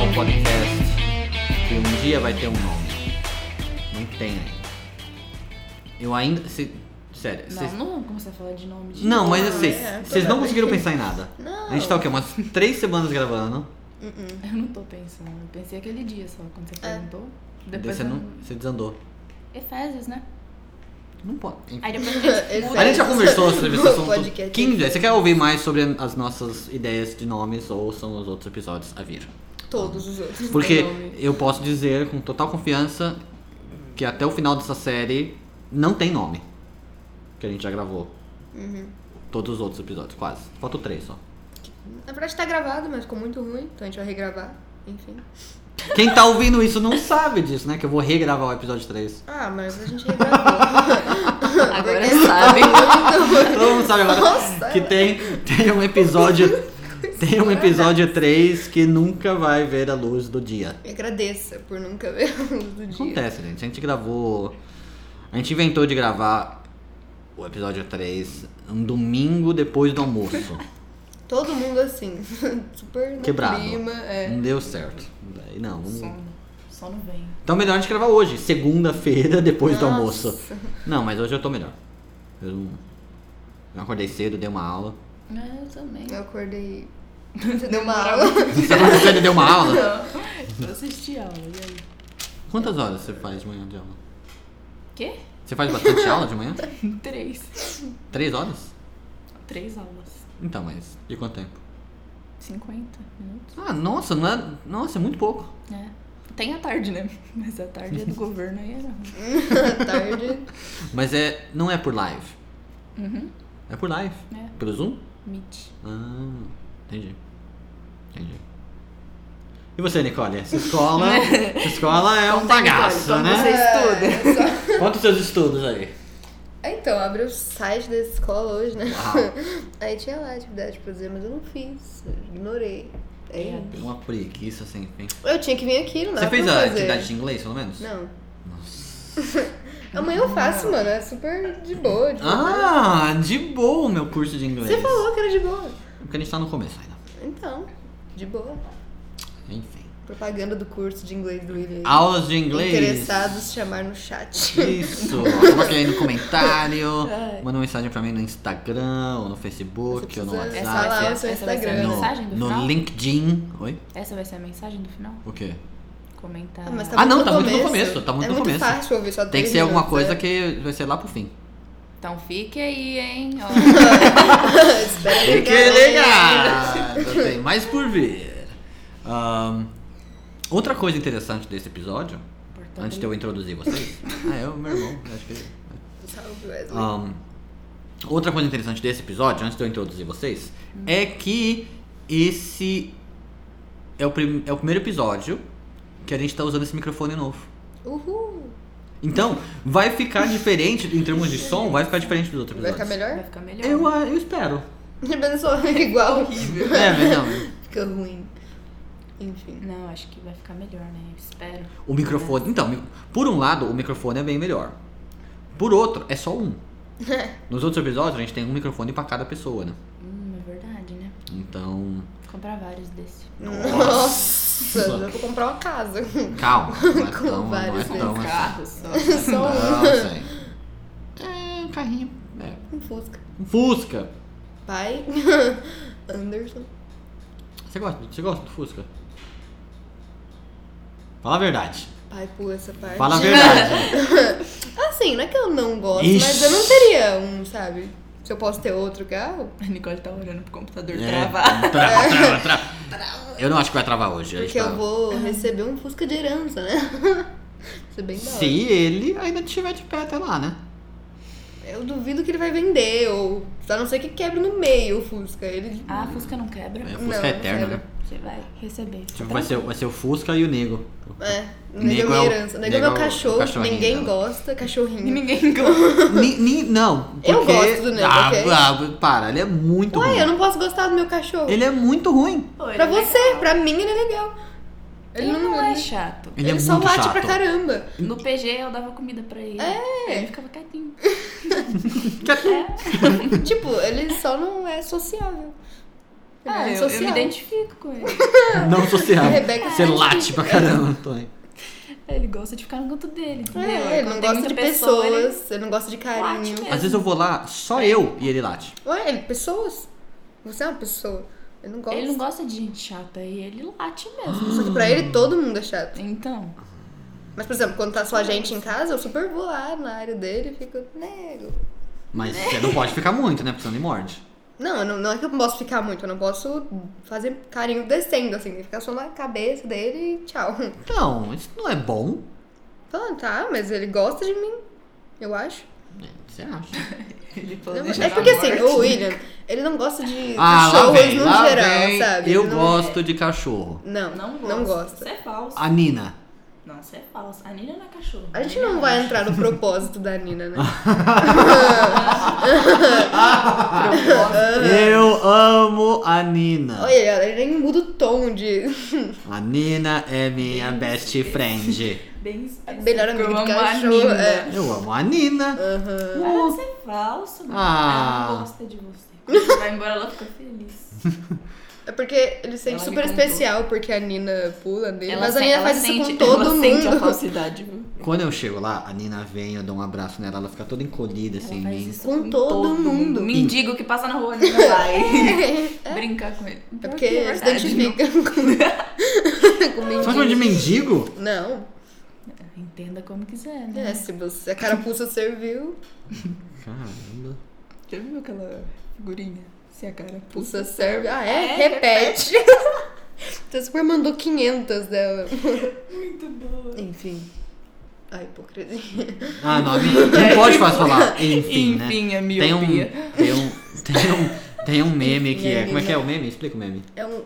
um podcast que um dia vai ter um nome. Não tem ainda. Eu ainda. se- sério, Não, vocês. não vamos começar a falar de nome de Não, mas nome. vocês, é, vocês não toda conseguiram vez. pensar em nada. Não. A gente tá o quê? Umas três semanas gravando. Eu não tô pensando. Eu pensei aquele dia só, quando você perguntou. Depois Depois você, eu- não, você desandou. Efésios, né? Não pode. Aí depois a gente. Efésios. A gente já conversou sobre esse No assunto. podcast. Quem você quer ouvir mais sobre as nossas ideias de nomes ou são os outros episódios a vir? Todos os outros. Porque nome. eu posso dizer com total confiança que até o final dessa série não tem nome. Que a gente já gravou. Todos os outros episódios, quase. Faltam três só. Na verdade tá gravado, mas ficou muito ruim, então a gente vai regravar. Enfim. Quem tá ouvindo isso não sabe disso, né? Que eu vou regravar o episódio 3. Ah, mas a gente regravou. Agora sabe. Todo mundo sabe agora Nossa, que tem, tem um episódio. Tem um episódio 3 que nunca vai ver a luz do dia. Me agradeça por nunca ver a luz do dia. Acontece, gente. A gente gravou. A gente inventou de gravar o episódio 3 um domingo depois do almoço. Todo mundo assim, super no é? Quebrado. clima. É. Não deu certo. Daí não. vamos- Sono. Sono vem. Então melhor a gente gravar hoje, segunda-feira, depois do Nossa. almoço. Não, mas hoje eu tô melhor. Eu não- eu acordei cedo, dei uma aula. É, Eu também. Eu acordei. Você deu uma aula. Você acordou cedo e deu uma aula? Eu assisti aula, e aí? Quantas horas você faz de manhã de aula? Quê? Você faz bastante aula de manhã? Três. Três horas? Três aulas. Então, mas. E quanto tempo? 50 minutos. Ah, nossa, não é. Nossa, é muito pouco. É. Tem a tarde, né? Mas a tarde é do governo aí era. tarde. Mas é, não é por live. Uhum. É por live. É. Pelo Zoom? Meet. Ah, entendi. Entendi. E você, Nicole? Essa escola, essa escola é um Conta aí, Nicole, bagaço, como né? Você estuda. É, só- Conta os seus estudos aí. Então, abri o site da escola hoje, né? Uau. Aí tinha lá atividade pra fazer, mas eu não fiz. eu Ignorei. É. É. Uma preguiça sem fim. Eu tinha que vir aqui, não Você dava fez pra a fazer. atividade de inglês, pelo menos? Não. Nossa. Amanhã eu faço, mano. É super de boa. de boa. Ah, de boa o meu curso de inglês. Você falou que era de boa. Porque a gente tá no começo ainda. Então, de boa. Enfim. Propaganda do curso de inglês do William. Aulas de Ah, inglês. Interessados, chamar no chat. Isso, coloque aí no comentário, Ai. manda uma mensagem pra mim no Instagram, ou no Facebook, Você ou no precisa WhatsApp. falar o essa seu essa vai ser Instagram. a mensagem do É, no, no final? LinkedIn. Oi? Essa vai ser a mensagem do final? O quê? Comentar. Ah, mas Ah, não, no tá muito no começo, tá muito é no muito começo. fácil ouvir só Tem três que ser alguma minutos, coisa é. que vai ser lá pro fim. Então fique aí, hein? Ó, Espera Fique ligar, né? ligado! Tem mais por vir. Ahn, outra coisa interessante desse episódio, Importante. antes de eu introduzir vocês. ah, é o meu irmão, acho que. é. Salve, Wesley. Ahn, outra coisa interessante desse episódio, antes de eu introduzir vocês, Hum. é que esse é o, prim- é o primeiro episódio que a gente tá usando esse microfone novo. Uhul. Então, vai ficar diferente em termos de som, vai ficar diferente dos outros Vai ficar episódios. Vai melhor? ficar melhor. Eu, ah, eu espero. Mas só igual. Horrível. É, mas não. Fica ruim. Enfim. Não, acho que vai ficar melhor, né? Espero. O microfone. Então, mi- por um lado, o microfone é bem melhor. Por outro, é só um. Nos outros episódios, a gente tem um microfone pra cada pessoa, né? Hum, é verdade, né? Então. Vou comprar vários desse. Nossa, eu vou comprar uma casa. Calma. Não é Com tão, não é vários tão assim. carro só. Só um. Não, sei. É, um carrinho. É. Um Fusca. Um Fusca. Pai. Anderson. Você gosta, você gosta do Fusca? Fala a verdade. Pai, pula essa parte. Fala a verdade. Assim, não é que eu não gosto, Ixi. mas eu não teria um, sabe? Se eu posso ter outro é, ah, carro. A Nicole tá olhando pro computador É, travar. Trava, trava, trava. Eu não acho que vai travar hoje. É. Porque acho que eu vou receber um Fusca de herança, né? Isso é bem da hora. Se ele ainda estiver de pé até lá, né? Eu duvido que ele vai vender, ou. A não ser que quebre no meio o Fusca. Ele. Ah, a Fusca não quebra. É, o Não, Fusca não é eterno, quero. né? Você vai receber. Tipo, vai ser, vai ser o Fusca e o Nego. É, nego é Nego minha é o- herança. Nego nego é é meu o- o cachorro, que cachorrinho né? ninguém dela. gosta, cachorrinho. Ninguém gosta. Ni- ni- não. Porque, Eu gosto do Nego, ah, ok? ah, para, ele é muito ruim. Ué, eu não posso gostar do meu cachorro. Ele é muito ruim. Pra você, pra mim ele é legal. é Ele não, é chato. Ele, é ele só muito late chato. pra caramba. No PG eu dava comida pra ele. É. Ele ficava quietinho. Quer- tipo, ele só não é sociável. Ah, é eu, eu me social. identifico com ele. Não social. A Rebeca Você é late pra caramba, Antônio. Ele gosta de ficar no canto dele, entendeu? É, ele Quando tem não gosta muita de pessoa, né? ele- pessoas, ele não gosta de carinho. Ótimo. Às vezes eu vou lá, só eu e ele late. Ué, ele, pessoas. Você é uma pessoa. Ele não gosta. Ele não gosta de gente chata e ele late mesmo. Só que pra ele todo mundo é chato. Então, Mas, por exemplo, quando tá só a gente em casa, eu super vou lá na área dele e fico, nego. Mas você não pode ficar muito, né? Porque senão ele morde. Não, eu não, não é que eu posso ficar muito, eu não posso fazer carinho descendo, assim, tem que ficar só na cabeça dele e tchau. Então, isso não é bom. Então, tá, mas ele gosta de mim, eu acho. É, Você acha? ele Não, planeja é dar porque morte. assim, o William, ele não gosta de Ah, lá shows vem, no lá geral, vem. sabe? Eu Ele não- é. gosto de cachorro. Não, Não não, gosta. gosta. Isso é falso. A Nina. Não, isso é falso. A Nina não é cachorro. A gente Nina é não vai macho. entrar no propósito da Nina, né? Eu amo a Nina. Olha, ela nem muda o tom de A Nina é minha best friend. Bem específico. melhor amiga Eu de amo a cachorro, Nina. é. Eu amo a Nina. Ah, Isso é falso. mano. Ah. Ela não gosta de você. Quando você vai embora, ela fica feliz. É porque ele se sente Ela me super contou. especial porque a Nina pula nele, mas a sen- Nina ela faz isso sente- com todo ela mundo. sente a falsidade, viu? Quando eu chego lá, a Nina vem, eu dou um abraço nela, ela fica toda encolhida assim em Ela faz mim. isso Com todo mundo. Mendigo que passa na rua, Nina vai brincar com ele. É Pior porque que eles se verdade, identificam com, com Você chama de mendigo. mendigo? Não, Entenda como quiser, né? é, se você, a carapuça serviu, Caramba. não. Já viu aquela figurinha? Se a cara pulsa serve. Ah, é? É, repete. Você super mandou 500 dela. Muito boa. Enfim. A hipocrisia. Ah, não, não pode mais falar. Enfim, né? Enfim, é Tem um, miopia. tem um, tem um, tem um meme que Enfim, é. é Como é que é Nina. o meme? Explica o meme. É um.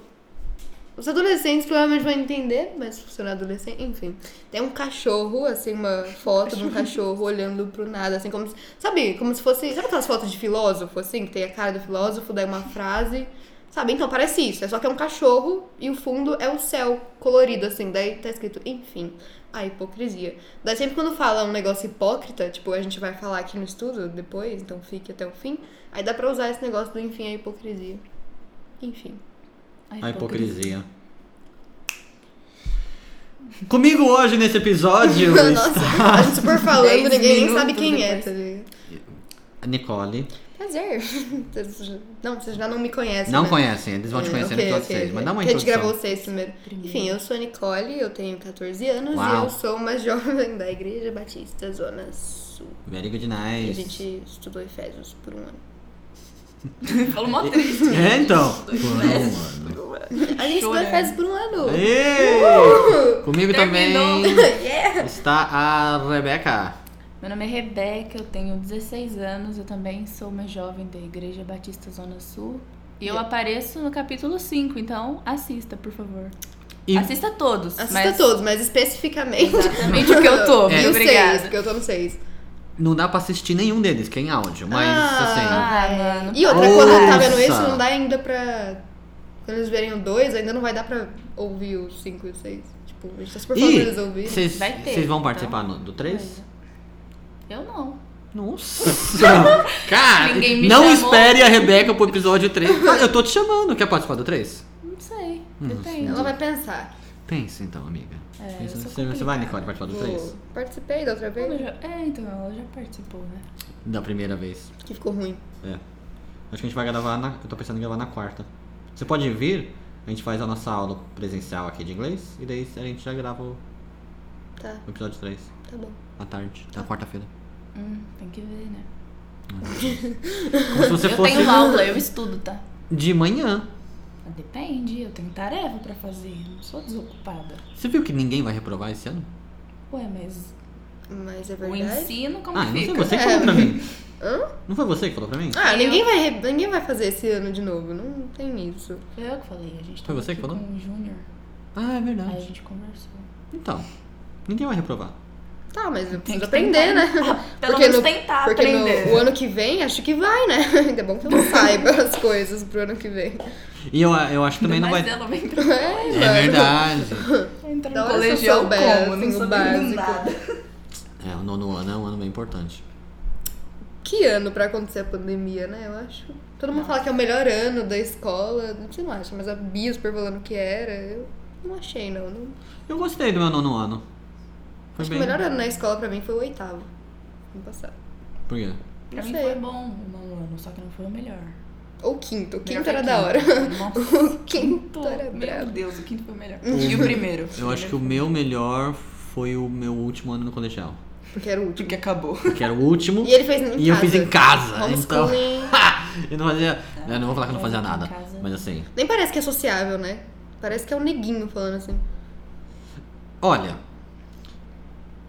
Os adolescentes provavelmente vão entender, mas se você não é adolescente, enfim. Tem um cachorro, assim, uma foto de um cachorro olhando pro nada, assim, como se. Sabe, como se fosse. Sabe aquelas fotos de filósofo, assim, que tem a cara do filósofo, daí uma frase. Sabe? Então parece isso. É só que é um cachorro e o fundo é o céu colorido, assim, daí tá escrito, enfim, a hipocrisia. Daí sempre quando fala um negócio hipócrita, tipo, a gente vai falar aqui no estudo depois, então fique até o fim, aí dá pra usar esse negócio do enfim, a hipocrisia. Enfim. É A hipocrisia. Comigo hoje nesse episódio. Nossa, a gente super falando, Dez ninguém nem minutos sabe quem é, depois. tá ligado? a Nicole. Prazer. Vocês já- Não, vocês já não me conhecem. Não né? conhecem, eles vão te É, conhecer ok, no episódio ok, 6, ok. mas dá uma Porque A gente gravou introdução. vocês primeiro. Primeiro. Enfim, eu sou a Nicole, eu tenho 14 anos Uau. e eu sou uma jovem da Igreja Batista Zona Sul. Very good E nice. a gente estudou Efésios por um ano. Falou mó triste. É, então. A gente Chorando. estudou Efésios por um ano! Ei! Uh! Comigo Terminou. também Yeah! está a Rebeca. Meu nome é Rebeca, eu tenho 16 anos, eu também sou uma jovem da Igreja Batista Zona Sul. E eu Yeah. apareço no capítulo 5, então assista, por favor. E- Assista todos. Assista mas... todos, mas especificamente. Exatamente o que eu tô, E muito o obrigada. seis, porque eu tô no 6. Não dá pra assistir nenhum deles, que é em áudio, mas assim, Ah. Ah, mano. E outra, quando eu Ouça. tá vendo esse, não dá ainda pra. Quando eles verem o 2, ainda não vai dar pra ouvir o 5 e o 6. Tipo, a gente tá super falando pra eles assim. Ih, ouvirem. vocês Vai ter, vocês vão então. participar no- do 3? Eu não. Nossa! Cara, Ninguém me não chamou. espere a Rebeca pro episódio 3. Ah, eu tô te chamando. Quer participar do 3? Não sei. Depende. Ela vai pensar. Pensa então, amiga. É, Pensa- eu sou você, você vai, Nicole, complicada. participar do Vou- 3? tipo, Participei da outra Ela vez. já- É, então, ela já participou, né? Da primeira vez. Que ficou ruim. É. Acho que a gente vai gravar na. Eu tô pensando em gravar na quarta. Você pode vir? A gente faz a nossa aula presencial aqui de inglês e daí a gente já grava o Tá, o episódio 3 tá bom. à tarde, na quarta-feira. Hum, tem que ver, né? Como se você eu fosse tenho aula, eu estudo, tá? de manhã. Depende, eu tenho tarefa pra fazer, eu não sou desocupada. Você viu que ninguém vai reprovar esse ano? Ué, mas Mas é o verdade. ensino como ah, não fica? foi É. você que É. falou pra mim. Hã? Não foi você que falou pra mim? Ah, Eu- ninguém vai, re- ninguém vai fazer esse ano de novo. Não tem isso. Foi eu que falei, a gente Foi tava você que aqui falou? com o Júnior, Ah, é aí a verdade. gente conversou. Então, ninguém vai reprovar. Tá, mas eu preciso que aprender, né? Ah, Pelo Porque menos no- tentar Porque no- aprender. o ano que vem, acho que vai, né? Ainda bom que eu não saiba as coisas pro ano que vem. E eu, eu acho que também não vai. Mas ela vem É, É verdade. pra entrar Da no hora se eu colegial souber, como? Não assim, o sabendo básico. nada. É, o nono ano é um ano bem importante. que ano pra acontecer a pandemia, né? Eu acho. Todo mundo fala que é o melhor ano da escola. A gente não acha, mas a Bia é super falando que era. Eu não achei, não. não. Eu gostei do meu nono ano. Foi Acho que bem. o melhor ano na escola pra mim foi o oitavo. Ano passado. Por quê? Pra Não mim sei. foi bom o nono ano, só que não foi o melhor. Ou quinto. O Melhor quinto foi era da hora. Nossa, O quinto era Meu brabo. Deus, o quinto foi o melhor. E o primeiro? Eu acho que o meu melhor foi o meu último ano no colegial. Porque era o último. Porque acabou. Que era o último. E ele fez em E eu fiz em casa. Então. Homeschooling. eu não fazia. É, Eu não vou falar que eu não fazia Em nada. casa. Mas assim. Nem parece que é sociável, né? Parece que é um neguinho falando assim. Olha.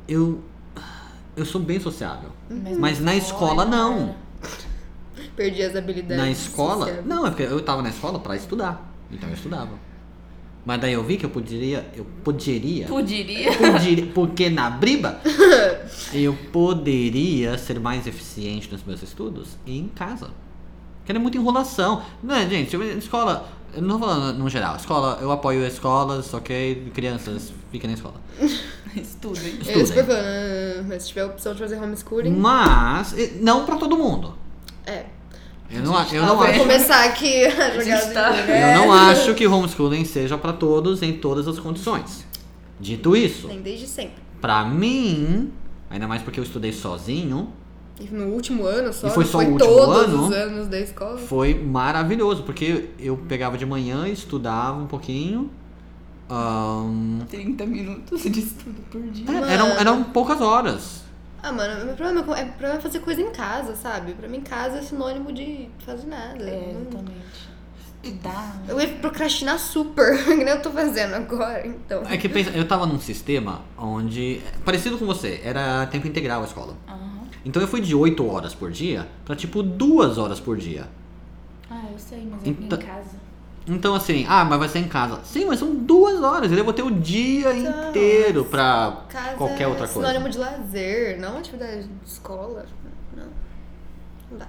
Eu. Eu sou bem sociável. Mas na escola, não. Perdi as habilidades. Na escola? sociáveis. Não, é porque eu tava na escola pra estudar. Então eu estudava. Mas daí eu vi que eu poderia. Eu poderia. Poderia. poderia porque na briba eu poderia ser mais eficiente nos meus estudos em casa. Que era muita enrolação. Né, gente, eu- escola. Eu não tô falando no geral. Escola, eu apoio escolas, ok? Crianças, fiquem na escola. Estudem. Ele é Estudem. super falando, "Ah, mas se tiver a opção de fazer homeschooling. Mas, eh, não pra todo mundo. É. Eu não, a- eu tá não vendo. acho. Vou começar aqui a gente jogar. tá- as É, Eu ideias. não acho que o homeschooling seja pra todos em todas as condições. Dito isso, Tem desde sempre. pra mim, ainda mais porque eu estudei sozinho, E no último ano só. E foi não só foi o último todos ano? os anos da escola. foi maravilhoso, porque eu pegava de manhã, estudava um pouquinho. ahn, 30 minutos de estudo por dia. é, eram, eram poucas horas. Ah, mano, meu problema é co- é, o problema é fazer coisa em casa, sabe? Pra mim, casa é sinônimo de fazer nada. É, Não- exatamente. Estudar. Eu ia procrastinar super, que nem eu tô fazendo agora, então. É que pensa, eu tava num sistema onde. Parecido com você, era tempo integral a escola. Aham. Então eu fui de 8 horas por dia pra tipo 2 horas por dia. Ah, eu sei, mas é Então- em casa. Então assim, ah, mas vai ser em casa. Sim, mas são duas horas, eu vou ter o dia Então, inteiro pra Casa qualquer outra é coisa. sinônimo de lazer, não atividade de escola. Não. Não dá.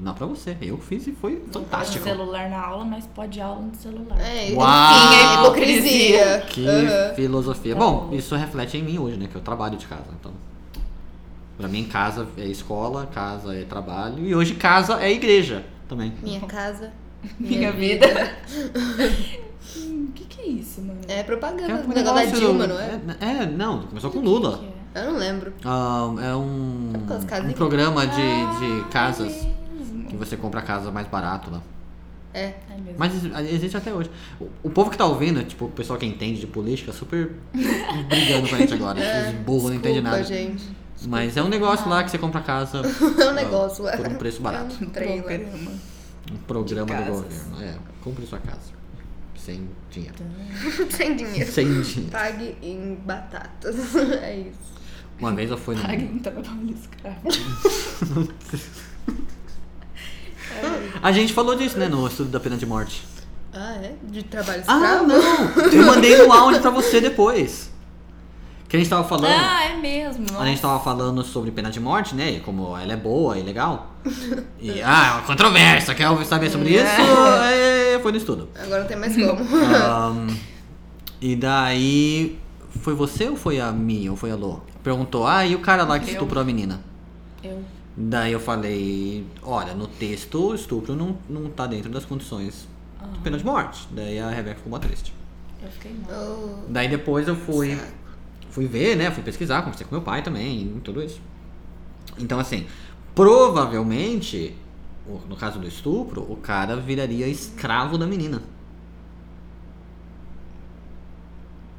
Não pra você, eu fiz e foi fantástico. Pode celular na aula, mas pode aula no celular. É, Uau! enfim, é hipocrisia. Que Aham. filosofia. Tá Bom, bom. isso reflete em mim hoje, né? Que eu trabalho de casa. Então, pra mim, casa é escola, casa é trabalho. E hoje, casa é igreja também. Minha casa. Minha vida. Hum, O que que é isso, mano? É É propaganda. um o negócio da negócio- Dilma, não é? É, não. Começou com O Lula. que que é? Eu não lembro. Ah, é um, Aquelas casinhas. um programa é. de, de Ah, casas mesmo. que você compra a casa mais barato lá. É. É mesmo. Mas exi- existe até hoje. O, o povo que tá ouvindo, tipo, o pessoal que entende de política, é super brigando com a gente agora. Esses burros não entendem É, Desculpa, nada. gente. Mas é um negócio lá que você compra casa É um negócio lá. por um preço barato. É um Trailer. trailer. Um programa do casas. governo. É, compre sua casa. Sem dinheiro. Tá. Sem dinheiro. Sem dinheiro. Pague em batatas. É isso. Uma vez eu fui no. Pague um trabalho escravo. É. A gente falou disso, né? No estudo da pena de morte. Ah, é? De trabalho Ah, escravo? não! Eu mandei um áudio pra você depois. Que a gente tava falando. Ah, é mesmo. A gente tava falando sobre pena de morte, né? E como ela é boa e legal. E, ah, é uma controvérsia. Quer ouvir saber sobre isso? É, foi no estudo. Agora não tem mais como. Ahn, e daí. Foi você ou foi a Mi ou foi a Lô? Perguntou, ah, e o cara lá que Eu. estuprou a menina? Eu. Daí eu falei, olha, no texto o estupro não, não tá dentro das condições de pena de morte. Daí a Rebeca ficou mó triste. Eu fiquei mal. Oh. Daí depois eu fui fui ver, né? Fui pesquisar, conversei com meu pai também, e tudo isso. Então, assim, provavelmente, o- no caso do estupro, o cara viraria escravo da menina.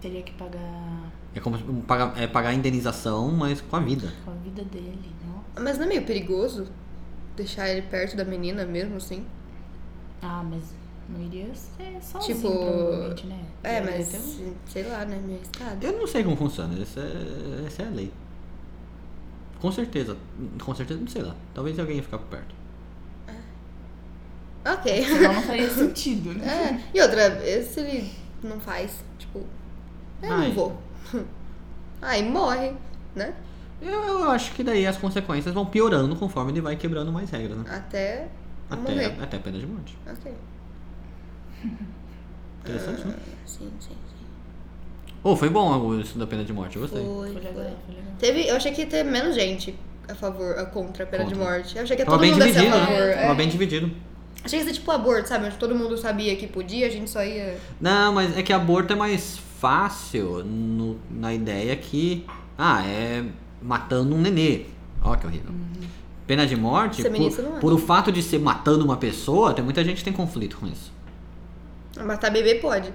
Teria que pagar É como se- um paga- é pagar a indenização, mas com a vida. com a vida dele, não? Mas não é meio perigoso deixar ele perto da menina mesmo, assim? Ah, mas não iria ser sozinho, Tipo, provavelmente, né? É, Iria mas ter um- sei lá, né? Meio arriscado. Eu não sei como funciona, essa é, essa é a lei. Com certeza, com certeza, não sei lá. Talvez alguém ia ficar por perto. Ok. Senão não faria sentido, né? É. E outra, se ele não faz, tipo, eu Ai. não vou. Aí morre, né? Eu, eu acho que daí as consequências vão piorando conforme ele vai quebrando mais regras, né? Até Até, é. morrer. até a pena de morte. Ok. Interessante, né? Sim, sim, sim. Oh, foi bom o estudo da pena de morte, eu gostei. Foi, Foi foi. legal, foi legal. Teve, eu achei que ia ter menos gente. a favor, a contra a pena de Contra. morte. Eu achei que Tava todo bem mundo ia ser a dividido, favor. né? Tava é. bem dividido. Achei que ia ser tipo aborto, sabe? Onde todo mundo sabia que podia, a gente só ia. Não, mas é que aborto é mais fácil no- na ideia que. Ah, é matando um nenê. Ó, que horrível. Pena de morte, Feminista Uhum. não por, é. por o fato de ser matando uma pessoa, tem muita gente que tem conflito com isso. Matar bebê pode.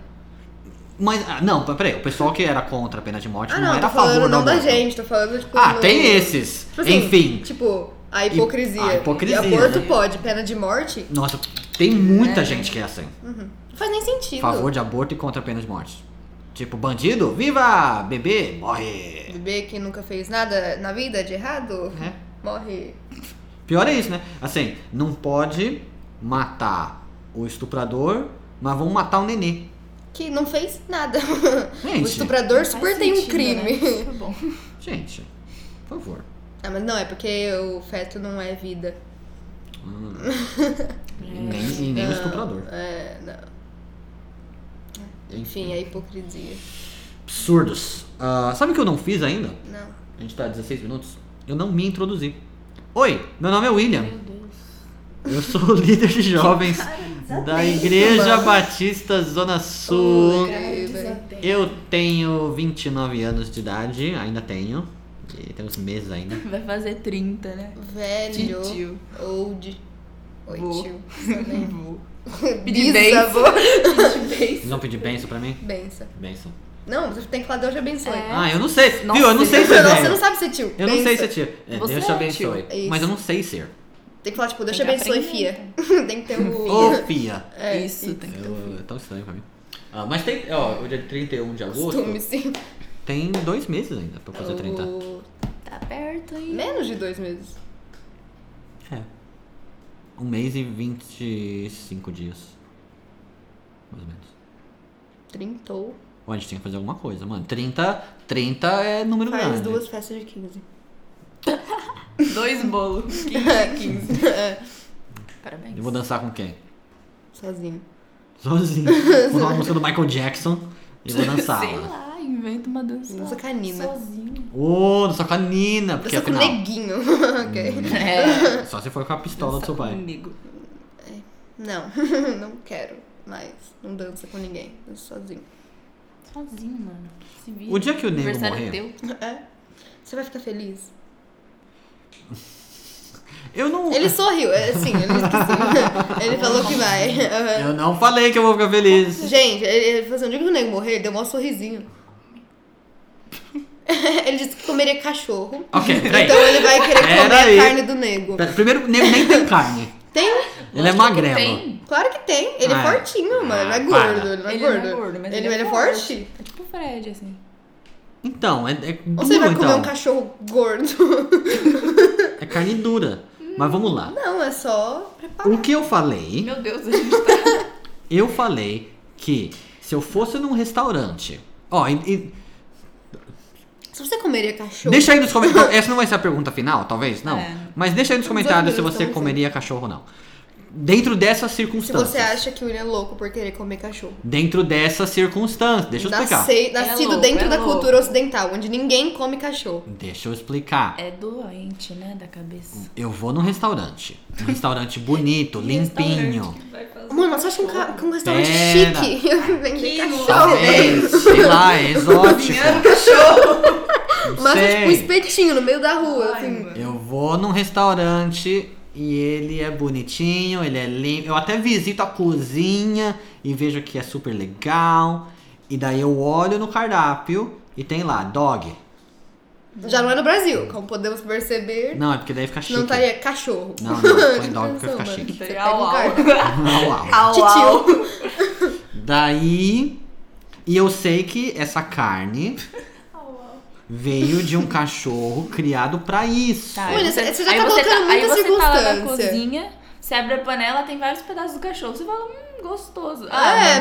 Mas, ah, não, peraí, o pessoal que era contra a pena de morte Ah, não, não, era tô a favor falando não do da aborto. gente, tô falando, tipo. Ah, no- tem esses. Tipo assim, Enfim. ah, Tipo, a hipocrisia. a hipocrisia, Aborto né? pode, pena de morte? Nossa, tem muita gente que é assim. Não faz nem sentido. Favor de aborto e contra a pena de morte. Tipo, bandido, viva! Bebê, morre! Bebê que nunca fez nada na vida de errado, É. morre. Pior é isso, né? Assim, não pode matar o estuprador, mas vão matar o nenê. Que não fez nada. Gente. o estuprador super Faz tem um sentido, crime. né? Tá bom. Gente, por favor. Ah, mas não, é porque o feto não é vida. E nem, e nem o estuprador. Ah, É, não. Enfim, é hipocrisia. Absurdos. Ah, sabe o que eu não fiz ainda? Não. A gente tá a 16 minutos. Eu não me introduzi. Oi, meu nome é William. Meu Deus. Eu sou o líder de jovens da Igreja Batista Zona Sul. Oi. Cara, Ai, desatento. Eu tenho 29 anos de idade, ainda tenho. E tem uns meses ainda. Vai fazer 30, né? Velho. Titio. Old. Oi, Vô. tio. Vô. Pedir Bisavô. Vocês vão pedir benção pra mim? Benção. Benção. Não, você tem que falar Deus te abençoe. É. Ah, eu não sei. Nossa, Viu? Eu não sei ser Não, você não velho. sabe ser tio. Eu não sei Benção. ser tio. É, Você Deus te é tio. abençoe. É isso. Mas eu não sei ser. Tem que falar, tipo, Deus te Tem que abençoe, aprender, fia. tem que ter um Ô, o. fia. É, Isso, tem que ter. Eu- É tão estranho pra mim. Ah, mas tem, ó, o dia 31 de agosto. costume, assim. sim. Tem dois meses ainda pra fazer 30. O- Tá perto aí. Menos de dois meses. É. Um mês e 25 dias. Mais ou menos. Trintou. Ou a gente tem que fazer alguma coisa, mano. 30, 30 é número Faz grande. duas festas de 15. Dois bolos. 15, 15. Parabéns. Eu vou dançar com quem? Sozinho. Sozinho. Vou dar uma música do Michael Jackson e vou dançar. Sei mano. Sei lá, inventa uma dança. Dança canina. Sozinho. Ô, dançar com a Nina, porque Você com afinal. neguinho. ok. Hum. É. Só se for com a pistola do seu pai. Comigo. Não, não quero mais. Não dança com ninguém. Dança sozinho. Sozinho, mano. Se vira. O dia que o nego Aniversário morrer. teu. É? Você vai ficar feliz? Eu não. Ele sorriu, é, sim, ele disse que sim. Ele falou que vai. Aham. Eu não falei que eu vou ficar feliz. Gente, ele, ele falou assim, no dia que o nego morrer, ele deu um maior sorrisinho. ele disse que comeria cachorro. Ok, peraí. Então ele vai querer Pera comer aí. a carne do nego. Pera, Primeiro, o nego nem tem carne. Tem? Ele é magrelo. Tem. Claro que tem. Ele Ah, é fortinho, mano. Ele é para. gordo. Ele não é Ele não é gordo. gordo, mas ele, ele é ele é forte. forte. É tipo o Fred, assim. Então, é, é duro, Ou você vai então. comer um cachorro gordo? É carne dura. Mas vamos lá. Não, é só preparar. O que eu falei? Meu Deus, a gente tá. Eu falei que se eu fosse num restaurante. Ó, e- e- Se você comeria cachorro. deixa aí nos comentários. Essa não vai ser a pergunta final, talvez? Não. É. Mas deixa aí nos Vamos comentários se ouvir, você vamos comeria cachorro ou não. Dentro dessas Se circunstâncias. você acha que o William é louco por querer comer cachorro. Dentro dessas circunstâncias. Deixa eu explicar. Nasce- É nascido louco, dentro é da louco. cultura ocidental, onde ninguém come cachorro. Deixa eu explicar. É doente, né? Da cabeça. Eu vou num restaurante. Um restaurante bonito, limpinho. Mano, você acha um, ca- um restaurante Pera. chique? Vem Que cachorro. Talvez, sei lá, é exótico. Não Mas é tipo um sei. espetinho no meio da rua, assim. Eu vou num restaurante e ele é bonitinho, ele é limpo. Eu até visito a cozinha e vejo que é super legal. E daí eu olho no cardápio e tem lá, dog. Já não é no Brasil, como podemos perceber. Não, é porque daí fica chique. Não estaria cachorro. Não, não, põe Já dog porque pensou, fica mano? chique. Você Estaria pega um au, au. cardápio. Não, uau. Au, Titio. Daí. E eu sei que essa carne veio de um cachorro criado pra isso. Tá, Olha, aí você- você já aí tá colocando Aí muita você tá lá na circunstância. cozinha, você abre a panela, tem vários pedaços do cachorro. Você fala, hum, gostoso. É,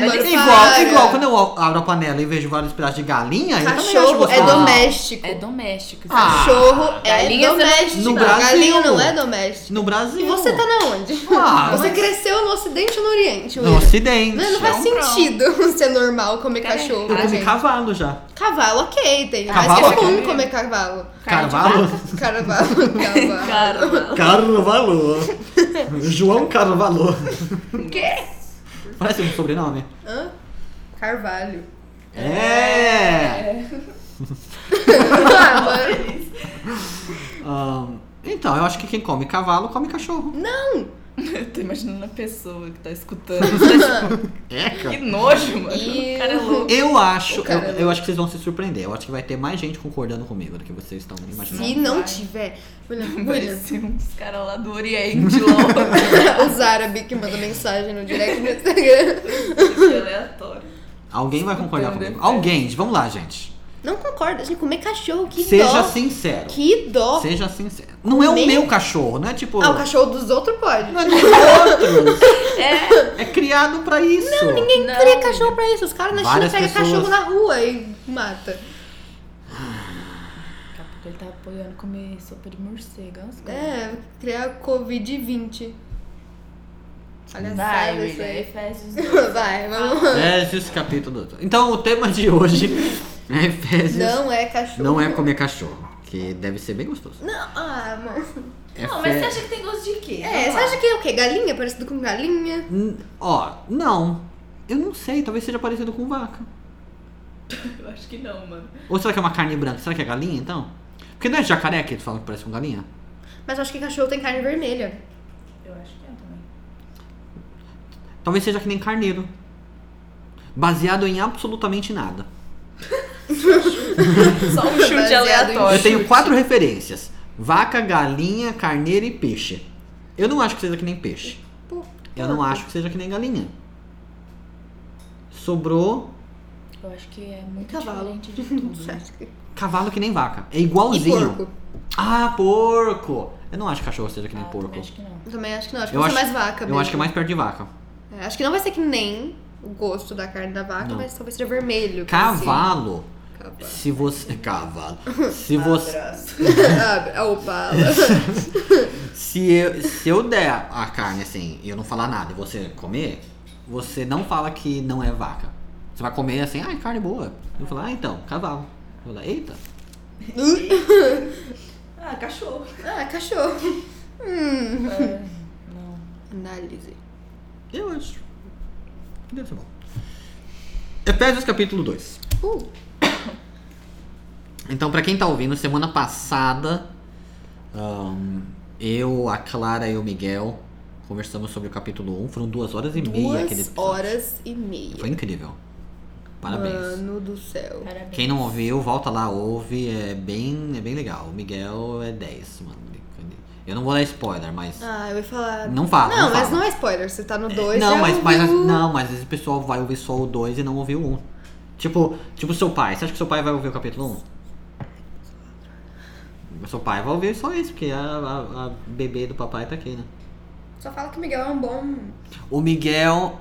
mas mas ele- para. Igual, igual quando eu abro a panela e vejo vários pedaços de galinha, eu também acho Cachorro é gostoso. doméstico. É doméstico. Ah, Cachorro é galinha você não- doméstico. No Brasil. Galinha não é doméstico. No Brasil. E você tá na onde? Ah, você mas- cresceu no Ocidente ou no Oriente? no William? ocidente. É Não, não faz Não, não. sentido ser normal comer Cara, cachorro. Eu comi gente. cavalo já. Cavalo, ok, tem. Cavalo mas é que é comum carne. comer cavalo. Carne de Carvalho? Carvalho, cavalo. Cara, Carvalho. João Carvalho. quê? Parece um sobrenome. Hã? Carvalho. É. Ah, mano. Ahn, então, eu acho que quem come cavalo come cachorro. Eu tô imaginando a pessoa que tá escutando. Tá tipo, É, que nojo, mano. Ih. O cara é louco. Eu acho, O cara- eu, eu acho que vocês vão se surpreender. Eu acho que vai ter mais gente concordando comigo do que vocês estão imaginando. Se não vai. tiver. William, William. Parecia uns caras lá do Oriente, louco. Os árabes que mandam mensagem no direct no Instagram. é aleatório. Alguém vai concordar Escutando, comigo. né? Alguém, vamos lá, gente. Não concorda, gente. Comer cachorro, que Seja dó. sincero. Que dó. Seja sincero. Não é o Comer? meu cachorro, não é tipo. Ah, o cachorro dos outros pode. Não é dos outros. É. criado pra isso. Não, ninguém. Quem cria cachorro pra isso? Os caras na Várias China pegam pessoas. cachorro na rua e mata. Daqui a pouco ele tá apoiando comer sopa de morcego. olha as coisas. É, criar Covid-20. Olha Vai, sai isso William, aí aí. faz os Vai, vamos. Efésios capítulo 2. Então, o tema de hoje é Efésios. Não é cachorro. não é comer cachorro. Que deve ser bem gostoso. Não, ah, mano. É Não, mas você acha que tem gosto de quê? É, você acha que é o quê? Galinha? Parecido com galinha? Hum, Ó, não. Eu não sei, talvez seja parecido com vaca. Eu acho que não, mano. Ou será que é uma carne branca? Será que é galinha então? Porque não é jacaré que eles falam que parece com galinha? Mas eu acho que cachorro tem carne vermelha. Eu acho que é também. Talvez seja que nem carneiro. Baseado em absolutamente nada. Só um Baseado chute em aleatório. Eu tenho quatro referências: vaca, galinha, carneiro e peixe. Eu não acho que seja que nem peixe. Pô, tá Eu não acho que seja que nem galinha. Sobrou Eu acho que é muito Cavalo. diferente de tudo. Você né? acha que- E cavalo que nem vaca. É igualzinho. porco? Ah, porco! Eu não acho que cachorro seja que nem Ah, porco. também Acho que não. Eu também acho que não. Acho que Eu vai acho, ser mais vaca. eu mesmo. acho que é mais perto de vaca. É, acho que não vai ser que nem o gosto da carne da vaca, Não. mas talvez seja vermelho. Cavalo. parecido. Cavalo. Se você. Cavalo. Se você. Ah, a opala. Se eu, se eu der a carne assim e eu não falar nada e você comer, você não fala que não é vaca. Você vai comer assim, ah, carne boa. Eu vou falar, ah, então, cavalo. Eu vou falar, eita. Ah, cachorro. ah, cachorro. Hum. É, Não. Análise. Eu acho. Deve ser bom. Efésios capítulo 2. Uh, Então, pra quem tá ouvindo, semana passada, ahn, eu, a Clara e o Miguel conversamos sobre o capítulo 1. Foram duas horas e meia aquele duas episódio. horas e meia. Foi incrível. Parabéns. Mano do céu. Parabéns. Quem não ouviu, volta lá, ouve. É bem, é bem legal. O Miguel é 10, mano. Eu não vou dar spoiler, mas. Ah, eu ia falar. Não fala. Não, mas fala. não é spoiler. Você tá no 2. Não, mas, mas, não, mas às vezes o pessoal vai ouvir só o 2 e não ouvir o 1. Um. Tipo, tipo seu pai. Você acha que seu pai vai ouvir o capítulo 1? Um? Seu pai vai ouvir só isso, porque a, a, a bebê do papai tá aqui, né? Só fala que o Miguel é um bom. O Miguel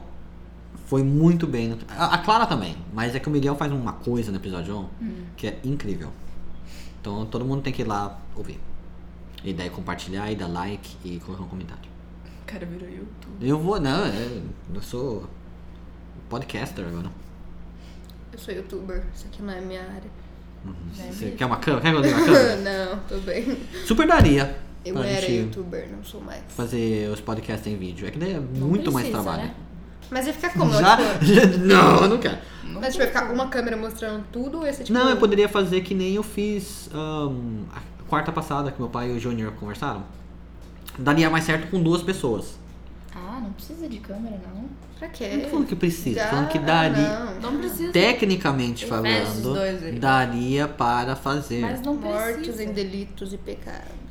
foi muito bem. no- A, a Clara também, mas é que o Miguel faz uma coisa no episódio 1 que é incrível. Então todo mundo tem que ir lá ouvir. E daí compartilhar, e dar like e colocar um comentário. O cara virou YouTube. Eu vou, não, é- eu sou podcaster agora. Eu sou youtuber. Isso aqui não é minha área. Né, Ah, Você quer uma câmera? Quer que eu dê uma câmera? não, tô bem. Super daria. Eu pra era gente youtuber, não sou mais. fazer os podcasts em vídeo. É que daí é muito mais precisa, trabalho. né? Mas ia ficar como? Já, Tipo, já- Não, eu não quero. mas tipo, ia ficar uma câmera mostrando tudo ou ia ser tipo. Não, eu poderia fazer que nem eu fiz ahn, a quarta passada que meu pai e o Junior conversaram. Daria mais certo com duas pessoas. Ah, não precisa de câmera, não. Pra Eu Não quê? tô falando que precisa, tô falando que Ah, daria. não. Não precisa. Tecnicamente Efésios falando, dois aí. daria para fazer. Mas não Mortos precisa. em delitos e pecados.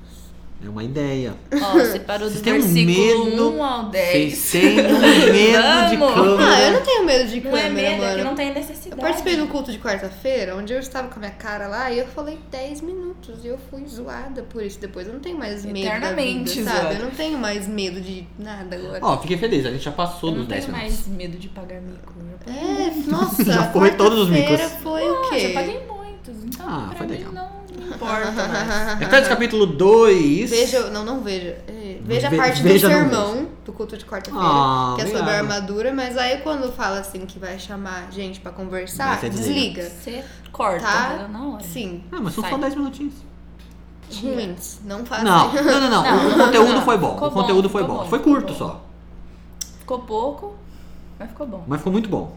É uma ideia. Ó, você parou do Vocês têm um versículo medo- 1 ao 10. Vocês têm um medo de É Vamos. Ah, eu câmera. não tenho medo de Não é câmera, medo, é mano. que não tem necessidade. Eu participei do culto de quarta-feira, onde eu estava com a minha cara lá e eu falei 10 minutos e eu fui zoada por isso depois. Eu não tenho mais medo. da vida, Eternamente sabe? zoada. Eu não tenho mais medo de nada agora. Ó, fiquei feliz, a gente já passou Eu não dos 10 tenho minutos. mais medo de pagar mico. Eu já paguei É, nossa, Já foi todos os micos. quarta-feira Foi o Ah, quê? já paguei muitos, então Ah, pra foi mim legal. não me importa mais. tá Efésios capítulo 2. Veja, não, não veja. É, Veja a Ve- parte veja, do não sermão do culto de quarta-feira, Ah, que é sobre a obrigado. armadura, mas aí quando fala assim que vai chamar gente pra conversar, Aí você desliga. desliga. Você corta Tá? né, na hora. Sim, Ah, mas são só Sai. Ah, 10 minutinhos. ruins, não fazem. Não, não, não, não. Não, O não, conteúdo não. foi bom. Ficou o conteúdo bom, foi ficou bom. bom, Foi ficou curto bom. só, Ficou pouco, mas ficou bom. mas ficou muito bom.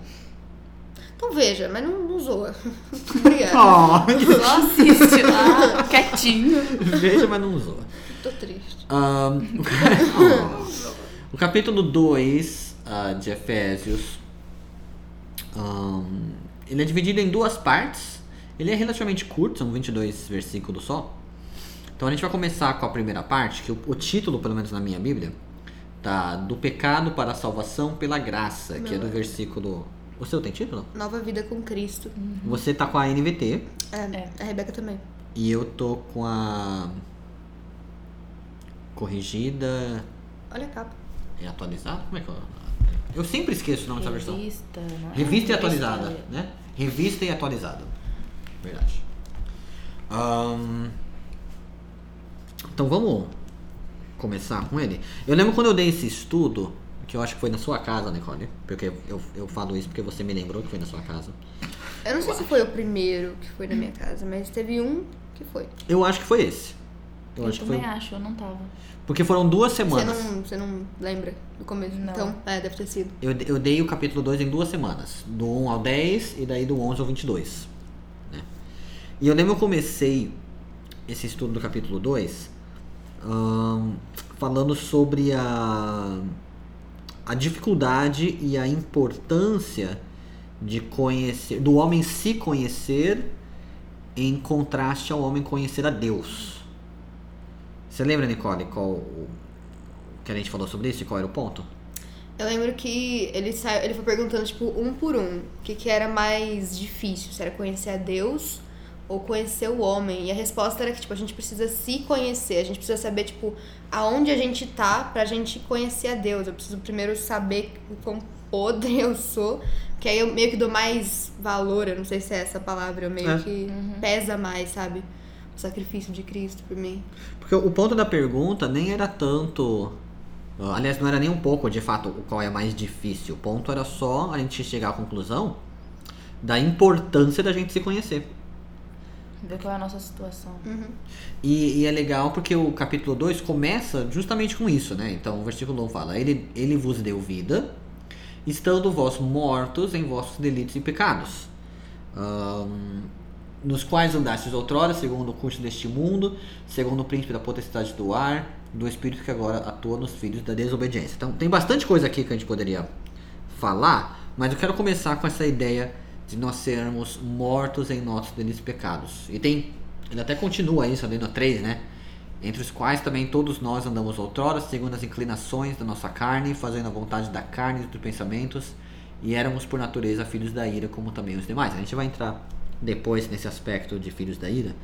Então veja, mas não, não zoa. Obrigada. Ó, Só assiste lá, quietinho. veja, mas não usou. Tô triste. Ahn, o ca- o capítulo 2 de Efésios ahn, ele é dividido em duas partes. Ele é relativamente curto, são 22 versículos só. Então a gente vai começar com a primeira parte, que o, o título, pelo menos na minha Bíblia, tá Do pecado para a salvação pela graça, que é do versículo. O seu tem título? Nova vida com Cristo. Você tá com a NVT É, A Rebeca também. e eu tô com a. Corrigida. Olha a capa. É atualizado? Como é que eu. Eu sempre esqueço o nome dessa versão. Revista, não é? Revista e atualizada, né? Revista e atualizada. Verdade. Ahn, Então vamos começar com ele. Eu lembro quando eu dei esse estudo, que eu acho que foi na sua casa, Nicole. Porque eu, eu falo isso porque você me lembrou que foi na sua casa. Eu não sei se foi o primeiro que foi na minha casa, mas teve um que foi. Eu acho que foi esse. Eu, Eu, acho que também foi. acho, eu não tava. Porque foram duas Você semanas. não, você não lembra do começo? Não. Então, é, deve ter sido. Eu, eu dei o capítulo 2 em duas semanas. Do 1 ao 10 e daí do 11 ao 22. Né? E eu lembro que eu comecei esse estudo do capítulo 2 ahn, falando sobre a, a dificuldade e a importância de conhecer do homem se conhecer em contraste ao homem conhecer a Deus. Você lembra, Nicole, qual o que a gente falou sobre isso e qual era o ponto? Eu lembro que ele, saiu, ele foi perguntando, tipo, um por um, o que, que era mais difícil, se era conhecer a Deus ou conhecer o homem. E a resposta era que, tipo, a gente precisa se conhecer, a gente precisa saber, tipo, aonde a gente tá pra gente conhecer a Deus. Eu preciso primeiro saber o quão podre eu sou, que aí eu meio que dou mais valor, eu não sei se é essa palavra, eu meio É. que pesa mais, sabe? O sacrifício de Cristo por mim. Porque o ponto da pergunta nem era tanto. ah, Aliás, não era nem um pouco de fato o qual é mais difícil. O ponto era só a gente chegar à conclusão da importância da gente se conhecer. Ver qual é a nossa situação. E, e é legal porque o capítulo 2 começa justamente com isso, né? Então o versículo 1 fala: ele, ele vos deu vida, estando vós mortos em vossos delitos e pecados, ahn, nos quais andastes outrora, segundo o curso deste mundo, segundo o príncipe da potestade do ar, do espírito que agora atua nos filhos da desobediência. Então tem bastante coisa aqui que a gente poderia falar, mas eu quero começar com essa ideia de nós sermos mortos em nossos delitos e pecados. E tem, ele até continua isso ali no 3, né? Entre os quais também todos nós andamos outrora, segundo as inclinações da nossa carne, fazendo a vontade da carne e dos pensamentos, e éramos por natureza filhos da ira, como também os demais. A gente vai entrar depois nesse aspecto de filhos da ira.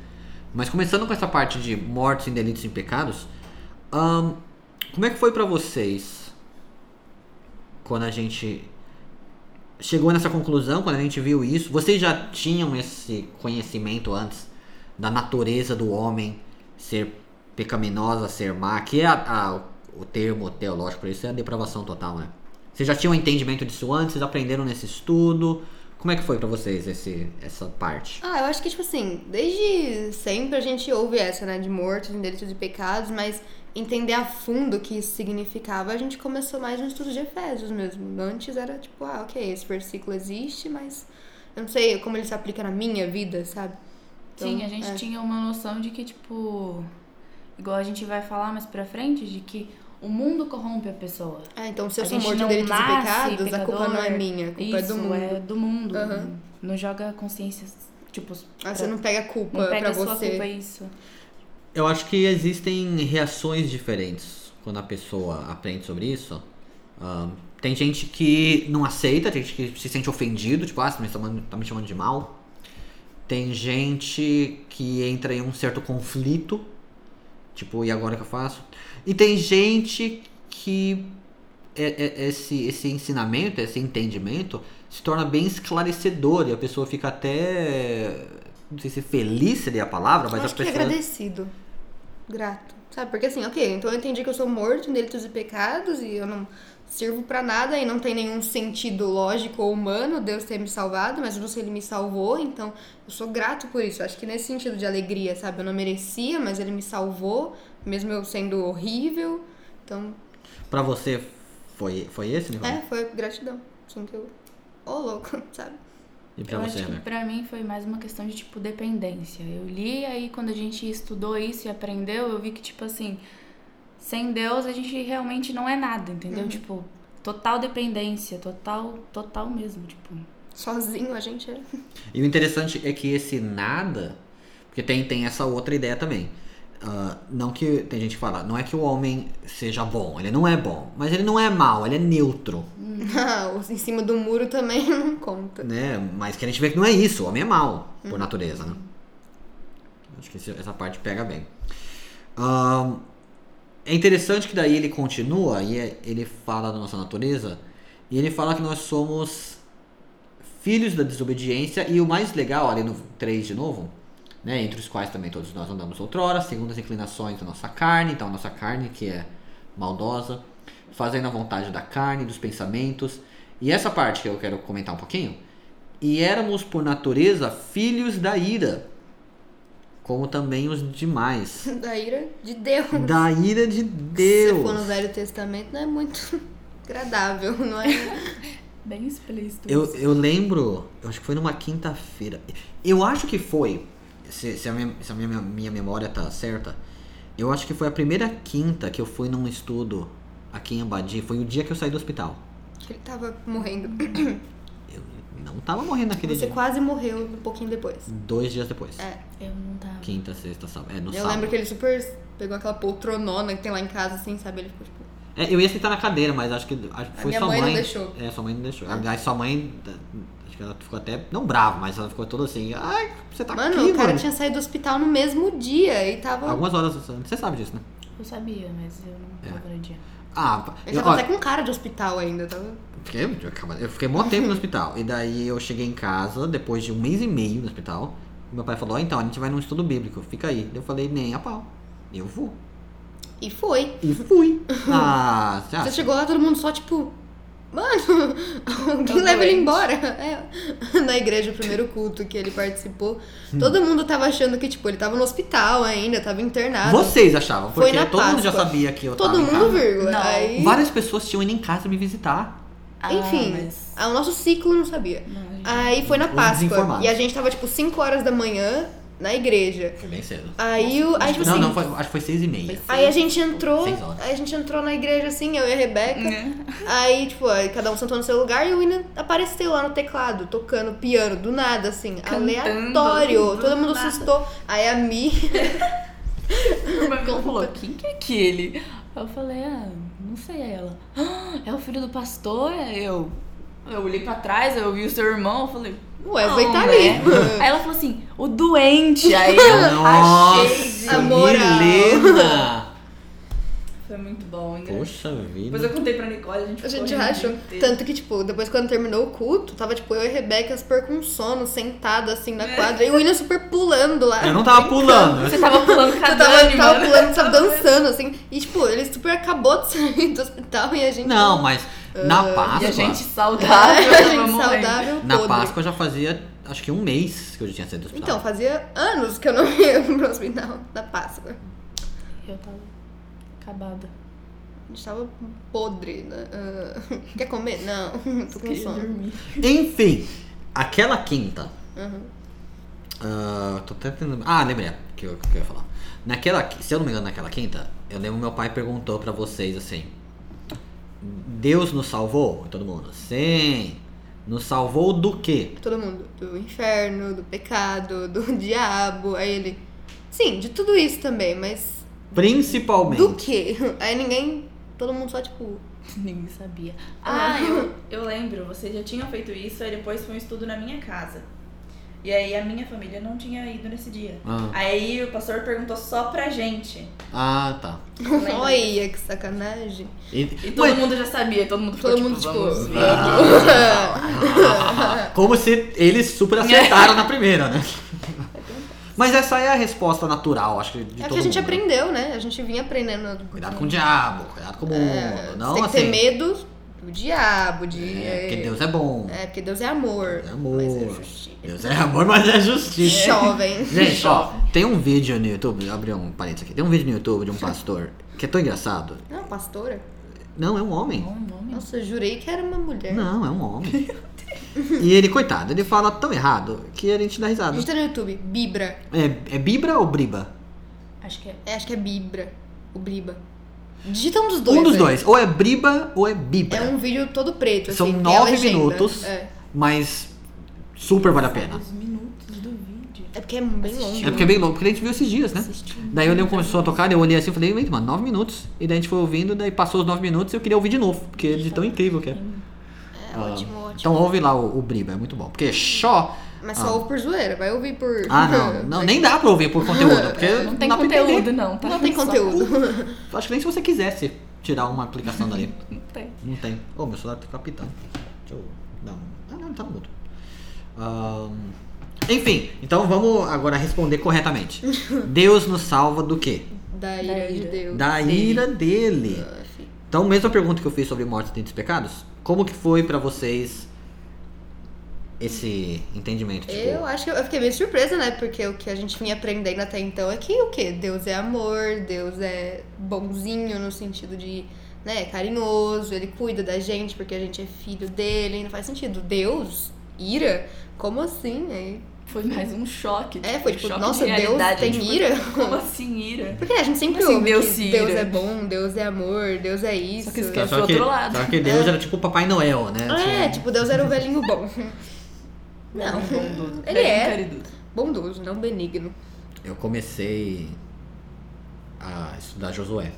Mas começando com essa parte de mortos em delitos e em pecados, ahn, como é que foi pra vocês quando a gente chegou nessa conclusão quando a gente viu isso? Vocês já tinham esse conhecimento antes da natureza do homem ser pecaminosa, ser má, que é a- a- o termo teológico para isso é a depravação total, né? Vocês já tinham entendimento disso antes? Vocês aprenderam nesse estudo? Como é que foi pra vocês esse, essa parte? Ah, eu acho que, tipo assim, desde sempre a gente ouve essa, né? De mortos, em delitos e pecados, mas entender a fundo o que isso significava, a gente começou mais no estudo de Efésios mesmo. Antes era tipo, ah, ok, esse versículo existe, mas eu não sei como ele se aplica na minha vida, sabe? Então, Sim, a gente é. tinha uma noção de que, tipo, igual a gente vai falar mais pra frente, de que o mundo corrompe a pessoa. Ah, então se eu A sou gente morto em não delitos e nasce pecados, a culpa não é pecador. minha, a culpa Isso, é do mundo. do mundo. Aham. Não joga consciência, tipo, Ah, você pra- não pega a culpa é não pega pra a sua você. culpa, é isso. Eu acho que existem reações diferentes quando a pessoa aprende sobre isso. Ahn, tem gente que não aceita, tem gente que se sente ofendido, tipo, ah, você me chamando- tá me chamando de mal. Tem gente que entra em um certo conflito, tipo, e agora o que eu faço? E tem gente que é- é- esse, esse ensinamento, esse entendimento, se torna bem esclarecedor e a pessoa fica até. Não sei se feliz seria a palavra, mas as Eu acho que é pessoas. agradecido. Grato. Sabe? Porque assim, ok, então eu entendi que eu sou morto em delitos e pecados e eu não sirvo pra nada e não tem nenhum sentido lógico ou humano Deus ter me salvado, mas eu não sei ele me salvou, então eu sou grato por isso. Eu Acho que nesse sentido de alegria, sabe? Eu não merecia, mas ele me salvou, mesmo eu sendo horrível. Então, Pra você, foi, foi esse, Nicole? é, foi gratidão. Assim que eu. Ô, louco, sabe? E pra eu você, né? acho que Hemer? pra mim foi mais uma questão de tipo dependência. Eu li aí quando a gente estudou isso e aprendeu, eu vi que tipo assim, sem Deus a gente realmente não é nada, entendeu? Uhum. Tipo, total dependência, total, total mesmo, tipo. Sozinho a gente é. E o interessante é que esse nada, porque tem, tem essa outra ideia também. Ah, não que tem gente que fala, não é que o homem seja bom, ele não é bom, mas ele não é mau, ele é neutro, Ah, em cima do muro também não conta. né? Mas que a gente vê que não é isso, o homem é mau Uhum. por natureza, né? Acho que esse- essa parte pega bem. Ah, é interessante que daí ele continua e é- ele fala da nossa natureza e ele fala que nós somos filhos da desobediência e o mais legal ali no 3 de novo, né, entre os quais também todos nós andamos outrora, segundo as inclinações da nossa carne, então a nossa carne que é maldosa, fazendo a vontade da carne, dos pensamentos. E essa parte que eu quero comentar um pouquinho, e éramos por natureza filhos da ira, como também os demais. Da ira de Deus. Da ira de Se for no Deus. Velho Testamento, não é muito agradável, não é? Bem explícito. Eu, eu lembro, eu acho que foi numa quinta-feira. Eu acho que foi, se, se a, minha, se a minha, minha memória tá certa, eu acho que foi a primeira quinta que eu fui num estudo aqui em Abadi. Foi o dia que eu saí do hospital. Que ele tava morrendo. Eu não tava morrendo naquele Você dia. quase morreu um pouquinho depois. Dois dias depois. É, Eu não tava. Quinta, sexta, sábado. É, no Eu sábado. lembro que ele super pegou aquela poltronona que tem lá em casa, assim, sabe? Ele ficou tipo. É, eu ia sentar na cadeira, mas acho que acho que foi minha sua mãe mãe. não deixou. É, sua mãe não deixou. Aliás, sua mãe. tá, Acho que ela ficou até. Não brava, mas ela ficou toda assim. Ai, você tá Mano, aqui, o cara mano. tinha saído do hospital no mesmo dia e tava. Algumas horas. Você sabe disso, né? Eu sabia, mas eu não tava É. no dia. Ah, Ele eu, tava ó, até com cara de hospital ainda, tava. fiquei, eu, calma, eu fiquei mó tempo no hospital. E daí eu cheguei em casa, depois de um mês e meio no hospital. Meu pai falou: ó, então, a gente vai num estudo bíblico, fica aí. Eu falei: nem a pau. Eu vou. E foi. E fui. Ah, você Você acha? chegou lá, todo mundo só tipo. Mano, alguém Tô leva ele doente. embora. É, na igreja, o primeiro culto que ele participou, Hum. todo mundo tava achando que, tipo, ele tava no hospital ainda, tava internado. Vocês achavam, Foi porque na todo mundo já Páscoa. sabia que eu tava. Todo em mundo, casa. vírgula. Não. Aí, Ah, Várias pessoas tinham ido em casa me visitar. Ah, enfim, mas- ah, o nosso ciclo não sabia. Não, a gente- Aí foi na Os Páscoa. desinformados. E a gente tava, tipo, 5 horas da manhã na igreja. Foi bem cedo. Aí, o, aí tipo não, assim. não, foi, acho que foi seis e meia. Aí a gente entrou, Seis horas. aí a gente entrou na igreja assim, eu e a Rebeca. Né? Aí, tipo, aí cada um sentou no seu lugar e o William apareceu lá no teclado, tocando piano, do nada, assim, Cantando, aleatório. assim, do Todo mundo nada. assustou. Aí a Mi, Meu amigo falou, quem que é aquele? Eu falei, ah, não sei é ela. "Ah, é o filho do pastor? É eu. Eu olhei pra trás, eu vi o seu irmão, eu falei, o Wesley tá né? Não, ali. Aí ela falou assim, o doente. Aí eu achei. Nossa, a moral. Milena! foi muito bom, engraçado. Poxa Depois vida. eu contei pra Nicole, a gente A ficou gente rindo o dia rachou. inteiro. Tanto que, tipo, depois quando terminou o culto, tava, tipo, eu e a Rebeca super com sono, sentada, assim, na quadra. E o William super pulando lá. Eu não tava pulando. tá Você tava pulando Eu cada tava, ano, tava né? mano. pulando, tava dançando, assim. E, tipo, ele super acabou de sair do hospital e a gente... Não, mas Ah, na E a Páscoa. gente É, a saudável, gente tava morrendo. saudável Na podre. Páscoa já fazia acho que um mês que eu já tinha saído do hospital. Então, fazia anos que eu não ia pro hospital da Páscoa. Eu tava acabada. A gente tava podre, né? Ah, quer comer? Não, tô com Queria sono. dormir. Enfim, aquela quinta. Então. Uhum. ah, tô até tentando. Ah, lembrei que eu, que eu ia falar. Naquela, qui- se eu não me engano, naquela quinta, eu lembro meu pai perguntou pra vocês assim: Deus nos salvou? Todo mundo, sim. Nos salvou do quê? Todo mundo, do inferno, do pecado, do diabo. Aí ele, Sim, de tudo isso também, mas Principalmente. do quê? Aí ninguém. Todo mundo só, tipo. Ninguém sabia. Ah, Ah, eu, eu lembro, você já tinha feito isso, aí depois foi um estudo na minha casa. E aí a minha família não tinha ido nesse dia. Ah, Aí o pastor perguntou só pra gente. ah, tá. Lembra? Olha, que sacanagem. E- E Então, todo Ué, mundo já sabia, todo mundo ficou Todo mundo, tipo, tipo. vamos ver. Ah, Como se eles super acertaram na primeira, né? Mas essa é a resposta natural, acho que de todo É porque a gente mundo, né? aprendeu, né? A gente vinha aprendendo. Cuidado com o diabo, cuidado com o mundo. não É, tem que assim. ter medo do diabo, de. É, porque Deus é bom. É, porque Deus é amor. Deus é amor. Mas é justiça. Deus é amor, mas é justiça. Jovem. Gente, ó, tem um vídeo no YouTube, abri um parênteses aqui. Tem um vídeo no YouTube de um pastor que é tão engraçado. Não, pastora? Não, é um homem. Vamos, né? vamos. Nossa, eu jurei que era uma mulher. Não, é um homem. E ele, coitado, ele fala tão errado que a gente dá A risada. gente tá no YouTube, Bibra. É, é Bibra ou Briba? Acho que é. É, acho que é Bibra. O Briba. Digita um dos dois. Um dos aí. dois. Ou é Briba ou é Bibra. É um vídeo todo preto, São assim. tem a nove legenda. minutos. É. Mas super vale a pena. Os minutos do vídeo. É porque é bem longo. É porque é bem longo, porque a gente viu esses dias, né? Daí o Leon começou a tocar, eu olhei assim e falei, eita, mano, nove minutos. E daí a gente foi ouvindo, daí passou os nove minutos e eu queria ouvir de novo, porque ele é tão incrível que é. É ótimo, ótimo. Então ouve lá o, o Briba, é muito bom. Porque Xó. Mas só ouve por zoeira, vai ouvir por. Ah, não, não, nem dá pra ouvir por conteúdo, porque É, Não tem dá pra entender. conteúdo, não, tá? Não tem conteúdo. Acho que nem se você quisesse tirar uma aplicação dali. Não tem. Não tem. Ô, meu celular tá capitando. Deixa eu. Não. Ah, não, tá no mudo. Ahn, enfim, então vamos agora responder corretamente. Deus nos salva do quê? Da ira de ira. Deus. Da ira dele. Ah, fi. Então, mesma pergunta que eu fiz sobre mortes dentro dos pecados, como que foi pra vocês esse entendimento? Tipo, Eu acho que eu eu fiquei meio surpresa, né? Porque o que a gente vinha aprendendo até então é que o quê? Deus é amor, Deus é bonzinho no sentido de, né, carinhoso, ele cuida da gente porque a gente é filho dele, não faz sentido. Deus, ira? Como assim? Aí, Foi mais um choque. É, foi tipo, choque nossa, de Deus realidade, tem tipo, ira? Como assim ira? porque a gente sempre Assim, ouve Deus se que ira. Deus é bom, Deus é amor, Deus é isso. Só que esquece. Tá, do só, que, outro lado. só que Deus era tipo o Papai Noel, né? É, tipo, Deus era o velhinho bom. É um Não, Bondoso. ele Bem é. caridoso. Bondoso, não benigno. eu comecei a estudar Josué.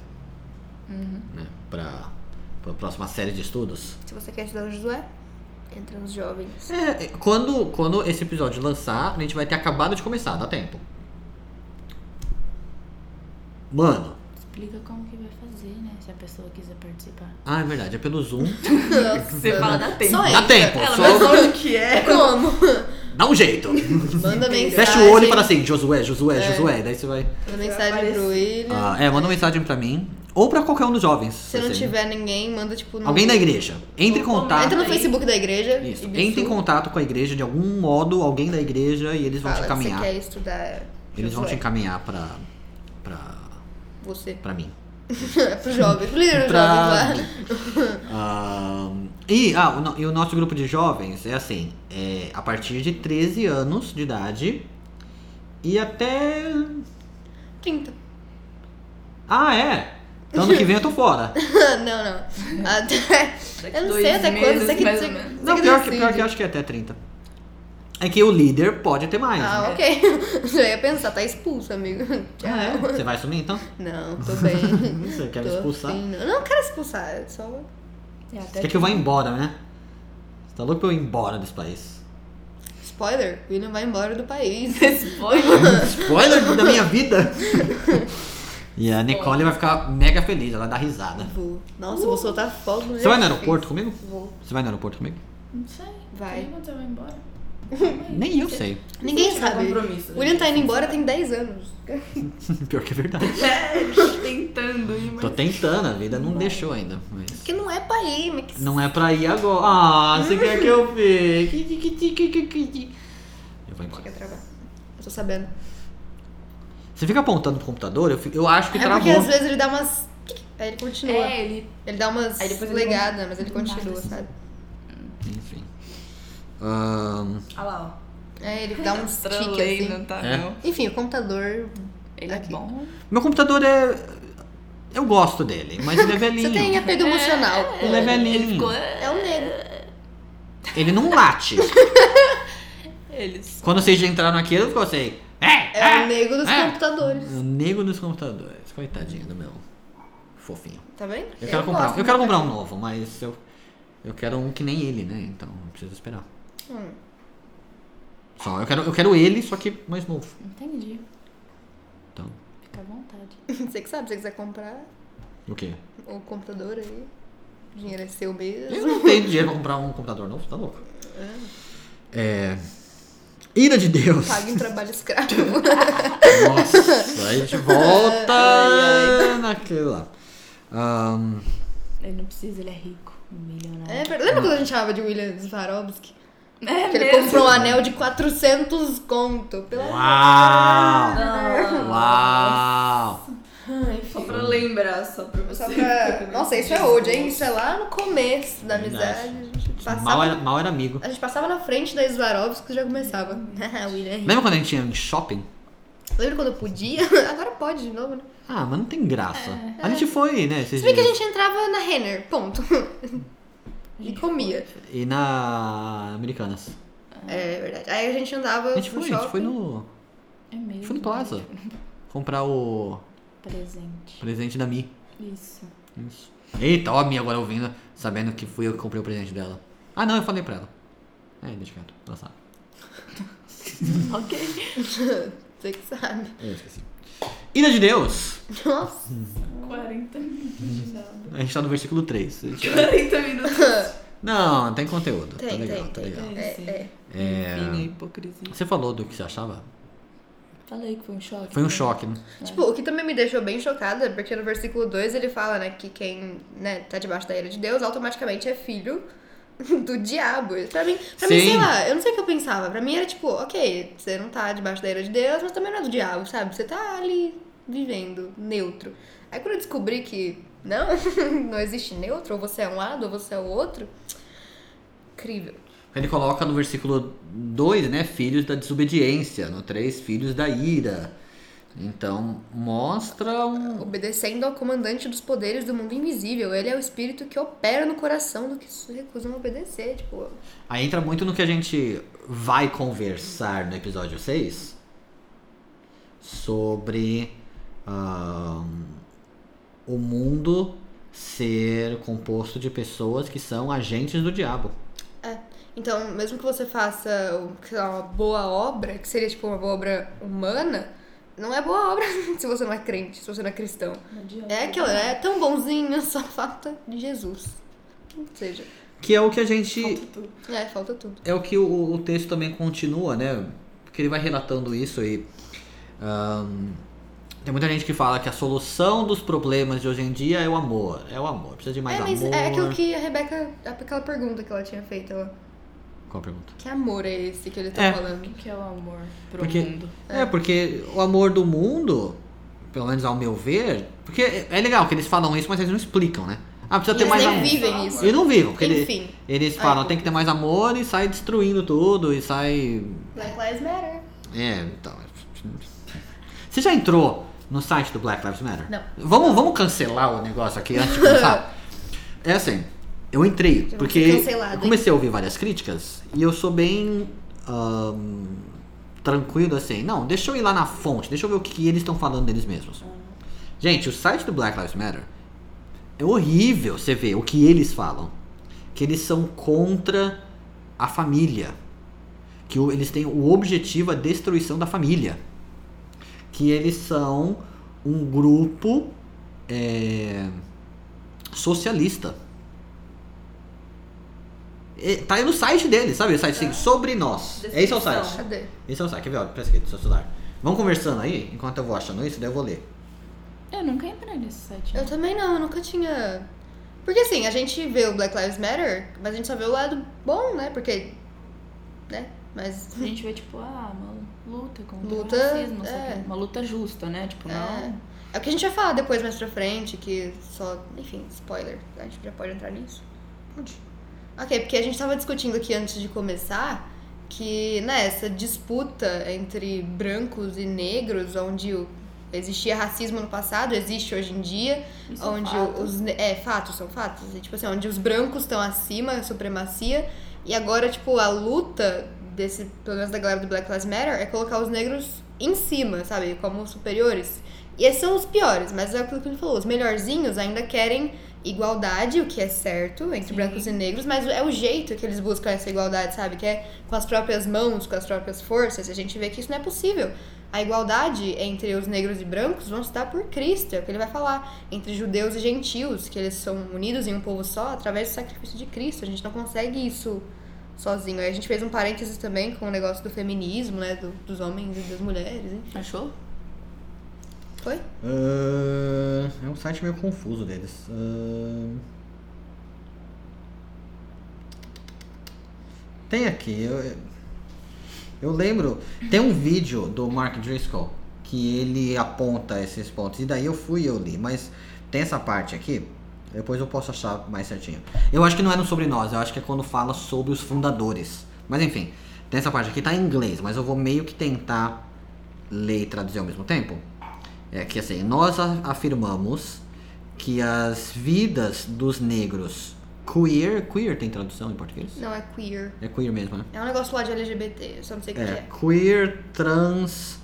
Uhum. Né, pra, pra próxima série de estudos. Se você quer estudar o Josué, entra nos jovens. É, quando, quando esse episódio lançar, a gente vai ter acabado de começar, dá tempo. Mano. Explica como que vai fazer, né? Se a pessoa quiser participar. Ah, é verdade, é pelo Zoom. Você fala, dá tempo. Uhum. Só É, Dá entra. tempo, Ela só vai falar o que é. Como? dá um jeito. Manda mensagem. É. Fecha o olho e fala assim, Josué, Josué, Josué. Daí você vai. Manda mensagem pro William. Ah, é, manda uma mensagem pra mim. Ou pra qualquer um dos jovens. Se não você- tiver ninguém, manda tipo. No... Alguém da igreja. Entre em Ou- contato. Entra no Aí. Facebook da igreja. Isso. e bisu. Entre em contato com a igreja de algum modo, alguém da igreja, e eles vão Fala te que encaminhar. Você quer estudar. Eles vão te Josué. encaminhar pra. pra. Você. É pra mim. pro jovem. Pro líder dos Pra. jovens lá. Ahn, e, ah, o no- e o nosso grupo de jovens é assim: é a partir de 13 anos de idade e até. 30. Ah, é! Então ano que vem eu tô fora. não, não. Até. Daqui Eu não dois sei até meses, quando. Você que mais você- ou menos. você Não, que pior que, pior decide. que eu acho que é até 30. É que o líder pode ter mais. né? Ah, ok. Já ia pensar, tá expulso, amigo. Tchau. Ah, é? Você vai sumir então? Não, tô bem. Não sei, quer me Tô expulsar? assim, não. não quero expulsar, é só. É até Quer que eu vá embora, né? Você tá louco pra eu ir embora desse país? Spoiler, o William vai embora do país. Esse foi. Spoiler da minha vida! E a Nicole vai ficar mega feliz, ela dá risada. Vou. Nossa, eu vou soltar fogo no Você vai no aeroporto comigo? é Vou. Você vai no aeroporto comigo? Não sei. Vai. Quando você vai embora? É, Nem eu sei. Ninguém Você sabe. tem compromisso, O William tá indo embora tem 10 anos. Pior que é verdade. É, ele tá tentando ir, mas... Tô tentando, a vida não deixou ainda. Mas... Que não é pra ir, mas que Não é pra ir agora. Ah, você quer que eu fique? Eu vou embora. quer travar. Eu tô sabendo. Você fica apontando pro computador, eu, fico- eu acho que É porque travou. às vezes ele dá umas. Aí ele continua. É, ele. Ele dá umas Aí depois ele legadas, mas ele Não continua, bate assim. sabe? Enfim. Ahn, Olha lá, ó. É, ele dá uns Trolei, tiques assim. não tá, É? não. Enfim, o computador. Ele Aqui. é bom. meu computador é. Eu gosto dele, mas ele é velhinho. Você tem apego emocional. Ele é Ele velhinho. ficou... É o negro. Ele não late. Eles... Quando vocês já entraram aqui, eu ficou assim. É, É o nego dos é. computadores. O nego dos computadores. Coitadinho do meu fofinho. Tá vendo? Eu, quero gosto comprar. Eu quero do comprar um novo, mas eu. Eu quero um que nem ele, né? Então, eu preciso esperar. Hum. Só, eu quero, eu quero ele, só que mais novo. Entendi. Então, Fica à vontade. Você que sabe, se você quiser comprar o quê? o computador aí, o dinheiro é seu Eu mesmo. não tenho dinheiro pra comprar um computador novo, tá louco? É. Tá. Ira de Deus. Paga em trabalho escravo. Nossa, aí a gente volta naquele lá. Ahn, Ele não precisa, ele é rico. Milionário. É, verdade. lembra quando a gente chamava de William Swarovski? É Que ele comprou um anel de 400 conto. Pelo uau! Ah, Não. Uau! Ai, enfim. Só pra lembrar, só pra você. Só pra... Nossa, isso é hoje, hein? Isso é lá no começo da amizade. A gente Mal passava, era, mal era amigo. a gente passava na frente da Swarovski e já começava. Ah, William. Lembra quando a gente ia em shopping? Lembra quando eu podia? Agora pode de novo, né? Ah, mas não tem graça. A gente foi, né? Esses É. Se bem que a dias. gente entrava na Renner, ponto. E comia. E na Americanas. É verdade. Aí a gente andava A gente no foi, a shopping. gente foi no. É mesmo. Foi no Plaza. Comprar o Presente. presente da Mi. Isso. Isso. Eita, ó a Mi agora ouvindo, sabendo que fui eu que comprei o presente dela. Ah não, eu falei pra ela. É, deixa quieto, ela sabe. ok. Você que sabe. É, Eu esqueci. Ira de Deus! Nossa. 40 minutos. Não. A gente tá no versículo 3. 40 minutos. Não, tem conteúdo. tá Tem, legal, tem, tá tem. legal. É, é. É. Enfim, a hipocrisia. Você falou do que você achava? Falei que foi um choque. Foi um né? choque, né? Tipo, o que também me deixou bem chocada, porque no versículo 2 ele fala, né, que quem né, tá debaixo da ira de Deus automaticamente é filho do diabo. Pra mim, pra mim, Sim. sei lá, eu não sei o que eu pensava. Pra mim era tipo, ok, você não tá debaixo da ira de Deus, mas também não é do diabo, sabe? Você tá ali vivendo, neutro. Aí quando eu descobri que não, não existe neutro, ou você é um lado, ou você é o outro, incrível. Ele coloca no versículo 2, né? Filhos da desobediência. No 3, filhos da ira. Então, mostra um. Obedecendo ao comandante dos poderes do mundo invisível, ele é o espírito que opera no coração do que se recusam a obedecer. Tipo, Aí entra muito no que a gente vai conversar no episódio 6 sobre ahn, o mundo ser composto de pessoas que são agentes do diabo. então, mesmo que você faça um- sei lá, uma boa obra, que seria tipo uma boa obra humana, não é boa obra se você não é crente, se você não é cristão. Não adianta. É aquilo, é tão bonzinho, só falta de Jesus. Ou seja, Que é o que a gente. Falta tudo. é, falta tudo. É o que o, o texto também continua, né? Porque ele vai relatando isso e. ahn, tem muita gente que fala que a solução dos problemas de hoje em dia é o amor. É o amor. Precisa de mais é, amor. mas é aquilo que a Rebeca, aquela pergunta que ela tinha feito, ela, Qual a pergunta? que amor é esse que ele tá É. falando? O que é o amor pro Porque- mundo? É, porque o amor do mundo, pelo menos ao meu ver, porque é legal que eles falam isso, mas eles não explicam, né? Ah, precisa ter Eles mais nem amor. vivem isso. Eles não vivem, porque ele- eles, Enfim, falam, Ai, tem que ter mais amor e sai destruindo tudo e sai. Black Lives Matter. É, então. Você já entrou no site do Black Lives Matter? Não. Vamos, vamos cancelar o negócio aqui antes de começar? é assim, eu entrei, vou porque ser cancelado, eu comecei a ouvir várias críticas e eu sou bem ahn, tranquilo assim. Não, deixa eu ir lá na fonte, deixa eu ver o que, que eles estão falando deles Hum. mesmos. Gente, o site do Black Lives Matter é horrível você ver o que eles falam. Que eles são contra a família. Que o- eles têm o objetivo a destruição da família. Que eles são um grupo é, socialista. E tá aí no site deles, sabe? O site assim, sobre nós. Esse é o Descrição. site. Cadê? Esse é o site. Quer ver? Olha, presta aqui do seu celular. Vão conversando aí, enquanto eu vou achando isso, daí eu vou ler. Eu nunca entrei nesse site. Eu também não, eu nunca tinha. Porque assim, a gente vê o Black Lives Matter, mas a gente só vê o lado bom, né? Porque. Né? Mas. A gente vê, tipo, ah, uma luta contra Luta, o racismo, não sei é. o quê. Uma luta justa, né? Tipo, não... É o que a gente vai falar depois mais pra frente, que só. Enfim, spoiler. A gente já pode entrar nisso? Pode. Ok, porque a gente tava discutindo aqui antes de começar que, né, essa disputa entre brancos e negros, onde o- existia racismo no passado, existe hoje em dia. Isso é um onde fato. os ne- é fatos são fatos e, tipo assim onde os brancos estão acima a supremacia e agora tipo a luta desse pelo menos da galera do Black Lives Matter é colocar os negros em cima, sabe? Como superiores. E esses são os piores, mas é aquilo que ele falou. Os melhorzinhos ainda querem igualdade, o que é certo, entre brancos e negros, mas é o jeito que eles buscam essa igualdade, sabe? Que é com as próprias mãos, com as próprias forças. A gente vê que isso não é possível. A igualdade entre os negros e brancos vão se dar por Cristo, é o que ele vai falar. Entre judeus e gentios, que eles são unidos em um povo só através do sacrifício de Cristo. A gente não consegue isso sozinho. Aí a gente fez um parênteses também com o negócio do feminismo, né? do- dos homens e das mulheres, hein? Achou? Foi? Ah, é um site meio confuso deles. Ah, Tem aqui. Eu, eu lembro. Tem um vídeo do Mark Driscoll que ele aponta esses pontos. E daí eu fui e eu li. Mas tem essa parte aqui. Depois eu posso achar mais certinho. Eu acho que não é no Sobre Nós. Eu acho que é quando fala sobre os fundadores. Mas enfim. Tem essa parte aqui. Tá em inglês. Mas eu vou meio que tentar ler e traduzir ao mesmo tempo. É que assim, nós a- afirmamos que as vidas dos negros queer, queer tem tradução em português? Não, é queer. É queer mesmo, né? É um negócio lá de LGBT, eu só não sei o que É, é. queer, trans,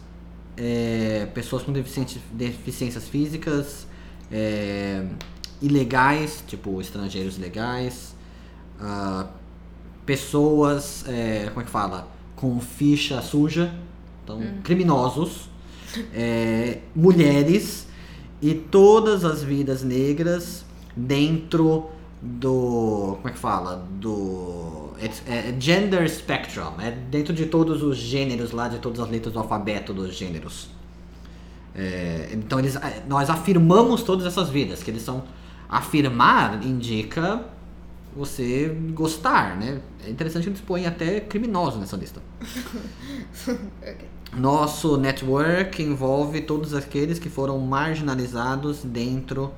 é, pessoas com deficiência- deficiências físicas, é, ilegais, tipo estrangeiros ilegais, ah, pessoas, é, como é que fala? Com ficha suja, então criminosos, é, mulheres e todas as vidas negras dentro do. Como é que fala? Do. É, é gender spectrum. É dentro de todos os gêneros lá, de todas as letras do alfabeto dos gêneros. É, então eles, é, nós afirmamos todas essas vidas, que eles são. Afirmar indica você gostar, né? É interessante que eles põem até criminosos nessa lista. Ok. Nosso network envolve todos aqueles que foram marginalizados dentro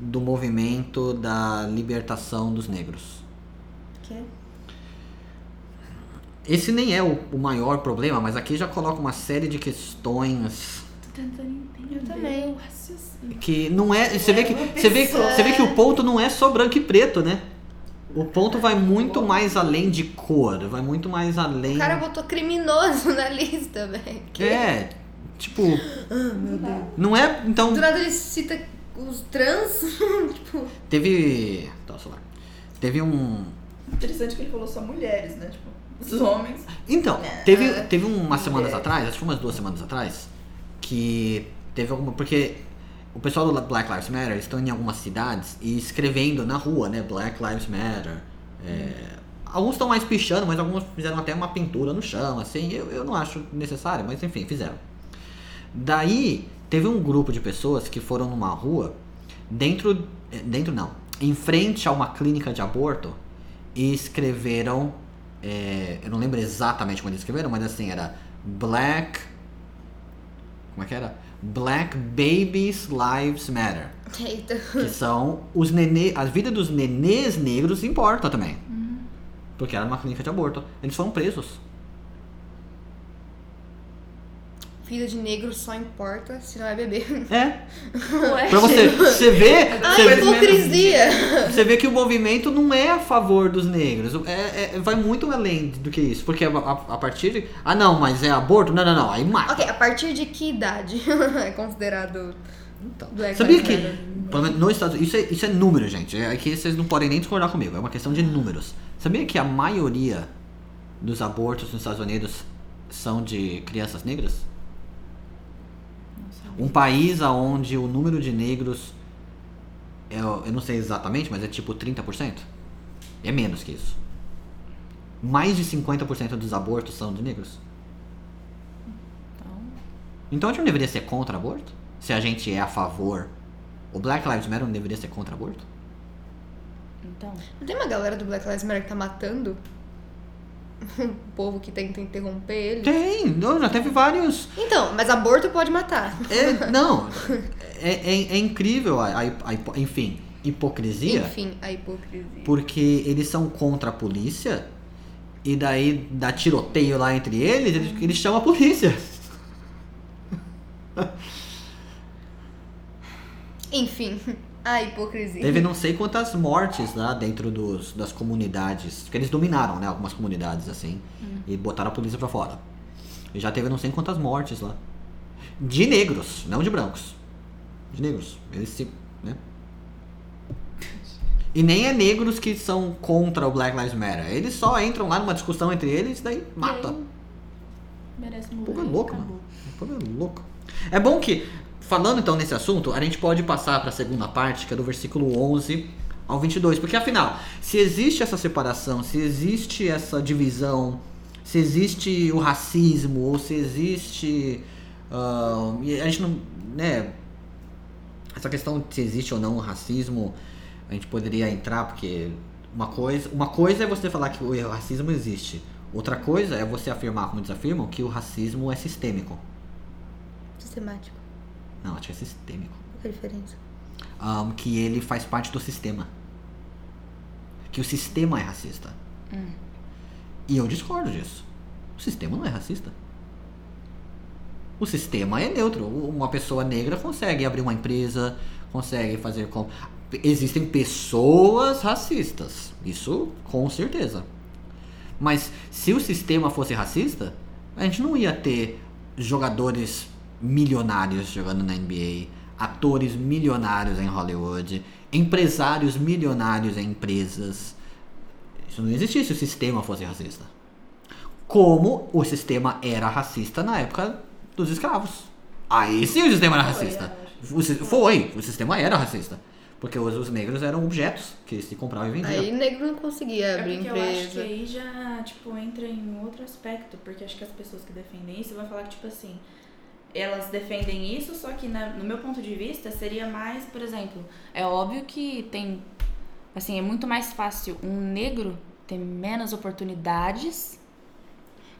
do movimento da libertação dos negros. Esse nem é o, o maior problema, mas aqui já coloca uma série de questões Tô tentando entender. Eu também. o raciocínio. que não é. Você vê que, uma você vê, que- pessoa. você vê que o ponto não é só branco e preto, né? O ponto vai muito mais além de cor, vai muito mais além. O cara é botou criminoso na lista, velho. É, tipo. Ah, Não é. Então, Do nada ele cita os trans. teve. Tá, o celular. Teve um. Interessante que ele falou só mulheres, né? Tipo, os homens. Então, teve, teve umas semanas atrás, acho que umas duas semanas atrás, que teve alguma. Porque o pessoal do Black Lives Matter eles estão em algumas cidades e escrevendo na rua, né? Black Lives Matter. é, alguns estão mais pichando, mas alguns fizeram até uma pintura no chão, assim. Eu, eu não acho necessário, mas enfim, fizeram. Daí, teve um grupo de pessoas que foram numa rua, dentro. eh, Dentro não, em frente a uma clínica de aborto, e escreveram. eh, eu não lembro exatamente como eles escreveram, mas assim, era Black. Como é que era? Black Babies Lives Matter. Eita. Que são os nenê. A vida dos nenês negros importa também. Uhum. Porque era uma clínica de aborto. Eles foram presos. Vida de negro só importa se não é bebê. É. Ué. Pra você, você ver. Agora você Ah, Coisa hipocrisia! Você vê que o movimento não é a favor dos negros. É, é- vai muito além do que isso. Porque a, a- a partir de. Ah, não, mas é aborto? Não, não, não. Aí mata. Ok, a partir de que idade é considerado Então, Black Sabia Lives que. Matter? Pelo menos nos Estados Unidos. Isso é, isso é número, gente. É que vocês não podem nem discordar comigo. É uma questão de números. Sabia que a maioria dos abortos nos Estados Unidos são de crianças negras? Um país onde o número de negros. É, eu não sei exatamente, mas é tipo 30%? É menos que isso. Mais de 50% dos abortos são de negros. Então a gente não deveria ser contra aborto? Se a gente é a favor. O Black Lives Matter não deveria ser contra aborto? Então, Não tem uma galera do Black Lives Matter que tá matando? O povo que tenta interromper ele. Tem! Não, já teve vários. Então, mas aborto pode matar. É, não! É, é- é incrível a, a hipo- a hipo- enfim, hipocrisia. Enfim, a hipocrisia. Porque eles são contra a polícia. E daí dá tiroteio lá entre eles, eles, eles chamam a polícia. Enfim, a hipocrisia. Teve não sei quantas mortes lá dentro dos, das comunidades. Porque eles dominaram, né? Algumas comunidades assim. E botaram a polícia pra fora. E já teve não sei quantas mortes lá. de negros, não de brancos. De negros. Eles se. né? E nem é negros que são contra o Black Lives Matter. Eles só entram lá numa discussão entre eles e daí mata. Merece O morrer. povo é louco, acabou. mano. O povo é louco. É bom que, falando então nesse assunto, a gente pode passar para a segunda parte, que é do versículo 11 ao 22. Porque afinal, se existe essa separação, se existe essa divisão, se existe o racismo, ou se existe. ah, e a gente não. né? Essa questão de se existe ou não o racismo, a gente poderia entrar, porque uma coisa, uma coisa é você falar que o racismo existe. Outra coisa é você afirmar, como eles afirmam, que o racismo é sistêmico. Sistemático. Não, acho que é sistêmico. Qual que é a diferença? Ahn, que ele faz parte do sistema. Que o sistema é racista. E eu discordo disso. O sistema não é racista. O sistema é neutro. U- Uma pessoa negra consegue abrir uma empresa, consegue fazer. Com... Existem pessoas racistas. Isso com certeza. Mas se o sistema fosse racista, a gente não ia ter jogadores milionários jogando na NBA, atores milionários em Hollywood, empresários milionários em empresas. Isso não existia se o sistema fosse racista. Como o sistema era racista na época dos escravos. Aí sim o sistema era Foi, racista. eu O si- Foi, o sistema era racista. Porque os, os negros eram objetos que se comprava e vendia. Aí negro não conseguia É abrir porque eu acho que empresa. aí já, tipo, entra um em outro aspecto, porque acho que as pessoas que defendem isso vão falar que, tipo assim, elas defendem isso, só que na- no meu ponto de vista seria mais, por exemplo, É óbvio que tem. Assim, é muito mais fácil um negro ter menos oportunidades,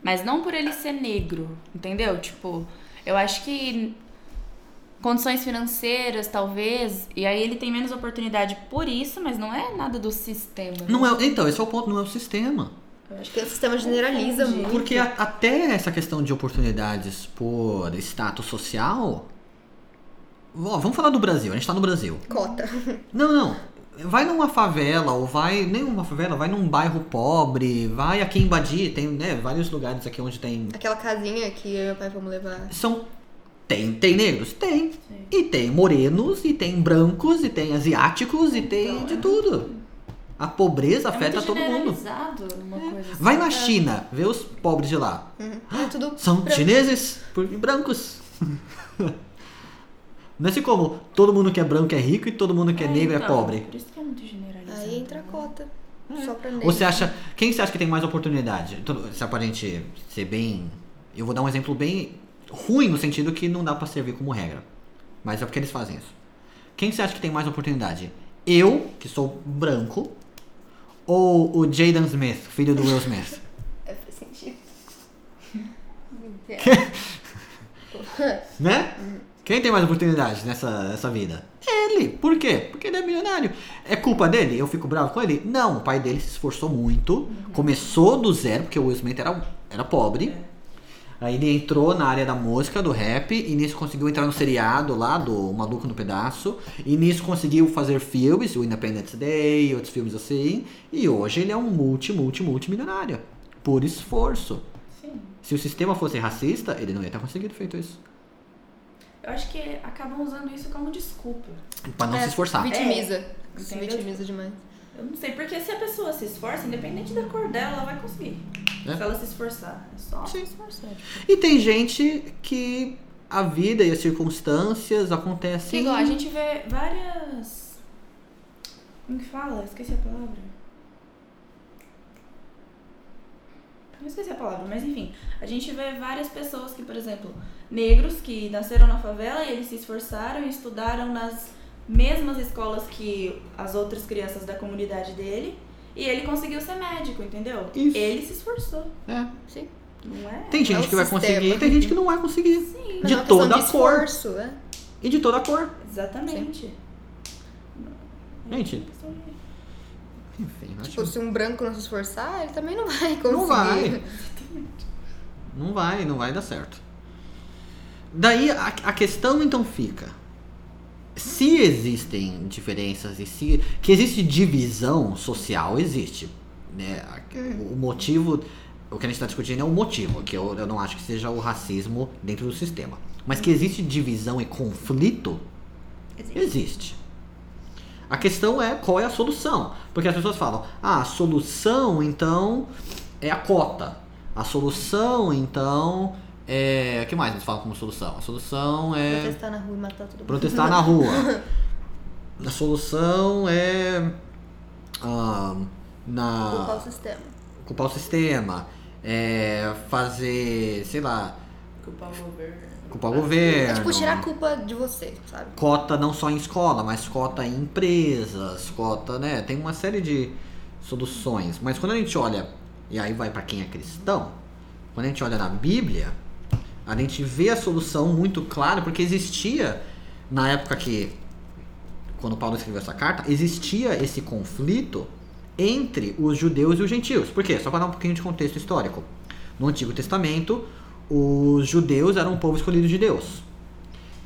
mas não por ele ser negro, entendeu? Tipo, eu acho que condições financeiras, talvez, e aí ele tem menos oportunidade por isso, mas não é nada do sistema. né? Não é, então, esse é o ponto, não é o sistema. Acho que o sistema generaliza Entendi. muito. Porque a- até essa questão de oportunidades por status social. Ó, vamos falar do Brasil, a gente tá no Brasil. Cota. Não, não. Vai numa favela, ou vai. Nem uma favela, vai num bairro pobre, vai aqui em Badi, tem né, vários lugares aqui onde tem. Aquela casinha que eu e meu pai vamos levar. É São. Tem, tem negros? Tem. Sim. E tem morenos, e tem brancos, e tem asiáticos, e tem Então, de é. tudo. A pobreza é afeta muito todo mundo. generalizado uma coisa assim. Vai na China, vê os pobres de lá. Uhum. É tudo Ah, São branco. chineses por brancos. Não é assim como todo mundo que é branco é rico e todo mundo que é, negro é então, pobre. Por isso que é muito generalizado. Aí entra a né? cota. Só pra negro. Ou você acha. Quem você acha que tem mais oportunidade? Todo- Se aparente ser bem. Eu vou dar um exemplo bem ruim no sentido que não dá pra servir como regra. Mas é porque eles fazem isso. Quem você acha que tem mais oportunidade? Eu, que sou branco, ou o Jaden Smith, filho do Will Smith? É, faz sentido. né? Quem tem mais oportunidades nessa, nessa vida? Ele. Por quê? Porque ele é milionário. É culpa dele? Eu fico bravo com ele? Não. O pai dele se esforçou muito. Começou do zero, porque o Will Smith era, era pobre. Aí ele entrou na área da música, do rap, e nisso conseguiu entrar no seriado lá do Maluco no Pedaço. E nisso conseguiu fazer filmes, o Independence Day, outros filmes assim. E hoje ele é um multi, multi, multi milionário. Por esforço. Sim. Se o sistema fosse racista, ele não ia ter conseguido feito isso. Eu acho que acabam usando isso como desculpa. Pra não É, se esforçar. Vitimiza. Se É, Entendeu? vitimiza demais. Eu não sei, porque se a pessoa se esforça, independente da cor dela, ela vai conseguir. É. Se ela se esforçar. É só Sim. se esforçar. tipo. E tem gente que a vida e as circunstâncias acontecem. Igual A gente vê várias. Como que fala? Esqueci a palavra. Eu esqueci a palavra, mas enfim. A gente vê várias pessoas que, por exemplo, negros que nasceram na favela e eles se esforçaram e estudaram nas mesmas escolas que as outras crianças da comunidade dele. E ele conseguiu ser médico, entendeu? Isso. Ele se esforçou, É. Sim. não é? Tem gente É o que vai sistema. conseguir, tem gente que não vai conseguir. Sim, Mas De é uma questão toda de cor. esforço, é. E de toda cor. exatamente. Gente. Enfim, acho Tipo, que se um branco não se esforçar, ele também não vai conseguir. não vai. Não vai, não vai dar certo. Daí a, a questão então fica. Se existem diferenças e se. Que existe divisão social, existe. Né? A- O tá é motivo. O que a gente está discutindo é o motivo, que eu, eu não acho que seja o racismo dentro do sistema. Mas que existe divisão e conflito, existe. A questão é qual é a solução. Porque as pessoas falam, ah, a solução então é a cota. A solução então é. O que mais eles falam como solução? A solução é Protestar na rua e matar todo mundo. protestar na rua. A solução é. ah, na Culpar o sistema. culpar o sistema, é, fazer, sei lá, Culpar o governo. culpar o governo. É tipo, tirar a culpa de você, sabe? Cota não só em escola, mas cota em empresas, cota, né? Tem uma série de soluções. Mas quando a gente olha, e aí vai pra quem é cristão, quando a gente olha na Bíblia, a gente vê a solução muito clara, porque existia na época que quando Paulo escreveu essa carta, existia esse conflito entre os judeus e os gentios. Por quê? Só para dar um pouquinho de contexto histórico. No Antigo Testamento, os judeus eram o povo escolhido de Deus.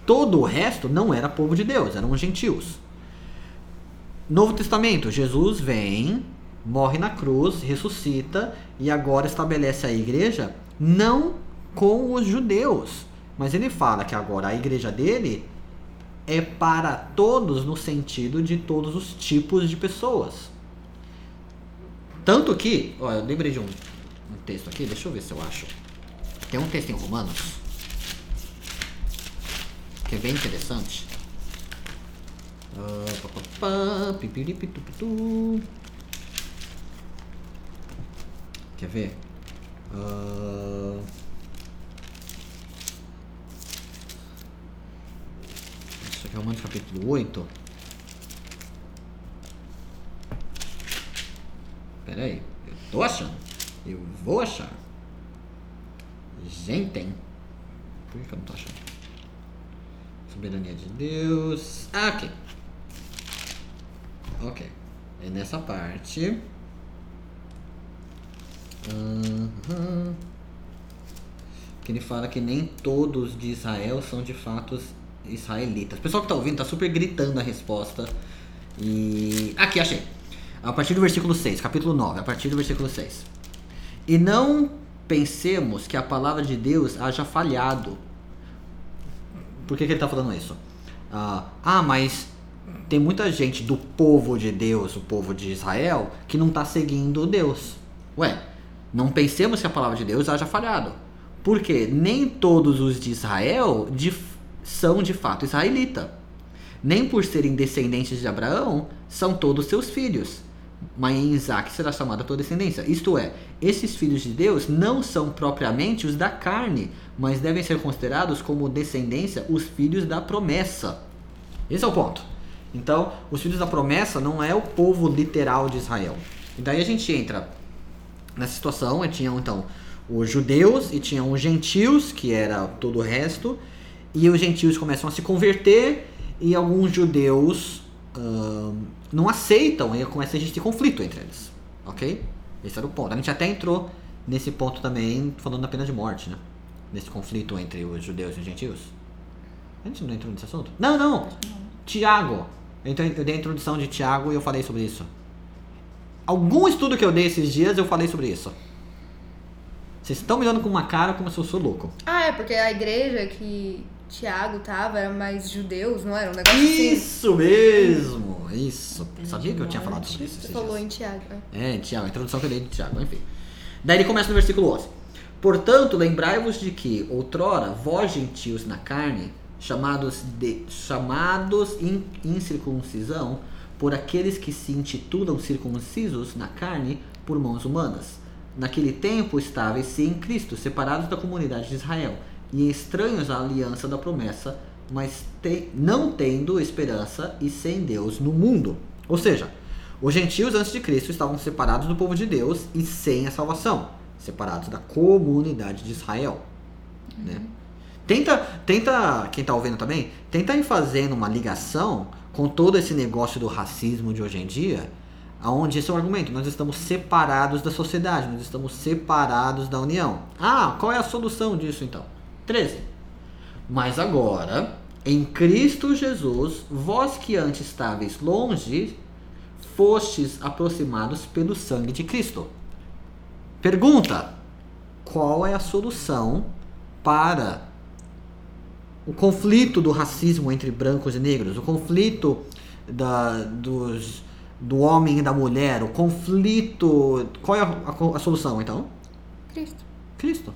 Todo o resto não era povo de Deus, eram os gentios. Novo Testamento, Jesus vem, morre na cruz, ressuscita e agora estabelece a igreja não com os judeus, mas ele fala que agora a igreja dele é para todos no sentido de todos os tipos de pessoas. Tanto que, olha, eu lembrei de um, um texto aqui, deixa eu ver se eu acho. Tem um texto em Romanos que é bem interessante. Ah, pá, pá, pá, pipiripitupitu. Quer ver? Ah, Isso aqui é Romanos capítulo 8. Pera aí, eu tô achando. Eu vou achar. Gente, hein? Por que que eu não tô achando? Soberania de Deus. Ah, ok. Ok. É nessa parte. Aham. Que ele fala que nem todos de Israel são de fato israelitas. O pessoal que tá ouvindo tá super gritando a resposta. E. Aqui, achei. A partir do versículo 6, capítulo 9, a partir do versículo 6. E não pensemos que a palavra de Deus haja falhado. Por que, que ele está falando isso? Ah, ah, mas tem muita gente do povo de Deus, o povo de Israel, que não está seguindo Deus. Ué, não pensemos que a palavra de Deus haja falhado. Porque nem todos os de Israel de- são de fato israelita. Nem por serem descendentes de Abraão são todos seus filhos. Mas em Isaac será chamada a tua descendência. Isto é, esses filhos de Deus não são propriamente os da carne, mas devem ser considerados como descendência os filhos da promessa. Esse é o ponto. Então, os filhos da promessa não é o povo literal de Israel. E daí a gente entra nessa situação, e tinham então os judeus e tinham os gentios, que era todo o resto, e os gentios começam a se converter, e alguns judeus ahn, não aceitam, e começa a existir conflito entre eles, ok? Esse era o ponto. A gente até entrou nesse ponto também, falando da pena de morte, né? Nesse conflito entre os judeus e os gentios. A gente não entrou nesse assunto? Não, não! Tiago! Eu entrei- eu dei a introdução de Tiago e eu falei sobre isso. Algum estudo que eu dei esses dias, eu falei sobre isso. Vocês estão me olhando com uma cara como se eu sou louco. Ah, é, porque a igreja que Tiago tava era mais judeus, não era? Um negócio assim. Isso mesmo! Isso. Pena Sabia de que eu tinha morte. falado sobre isso? Você esses falou dias? em Tiago. né? É, Tiago, a introdução que eu dei de Tiago, enfim. Daí ele começa no versículo 11. Portanto, lembrai-vos de que, outrora, vós gentios na carne, chamados de chamados in, incircuncisão, por aqueles que se intitulam circuncisos na carne por mãos humanas. Naquele tempo estáveis-se em Cristo, separados da comunidade de Israel, e estranhos à aliança da promessa, mas te- não tendo esperança e sem Deus no mundo. Ou seja, os gentios antes de Cristo estavam separados do povo de Deus e sem a salvação, separados da comunidade de Israel. né? Tenta, tenta, quem tá ouvindo também, tenta ir fazendo uma ligação com todo esse negócio do racismo de hoje em dia, aonde esse é o argumento, nós estamos separados da sociedade, nós estamos separados da união. Ah, qual é a solução disso então? 13. Mas agora, em Cristo Jesus, vós que antes estáveis longe, fostes aproximados pelo sangue de Cristo. Pergunta: qual é a solução para o conflito do racismo entre brancos e negros, o conflito da, dos, do homem e da mulher, o conflito. Qual é a, a- a solução então? Cristo. Cristo.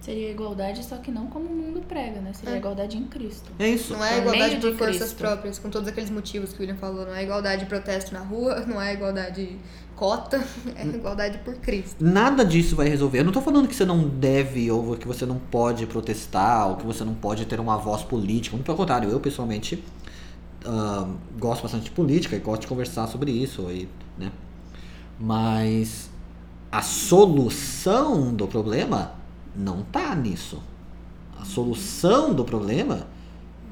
Seria igualdade, só que não como o mundo prega, né? Seria É. igualdade em Cristo. É isso. Não é No igualdade meio por de forças Cristo. próprias, com todos aqueles motivos que o William falou. Não é igualdade de protesto na rua, não é igualdade cota, é igualdade por Cristo. Nada disso vai resolver. Eu não tô falando que você não deve ou que você não pode protestar ou que você não pode ter uma voz política. Muito pelo contrário, eu pessoalmente ah, gosto bastante de política e gosto de conversar sobre isso. E, né? Mas a solução do problema não tá nisso. A solução do problema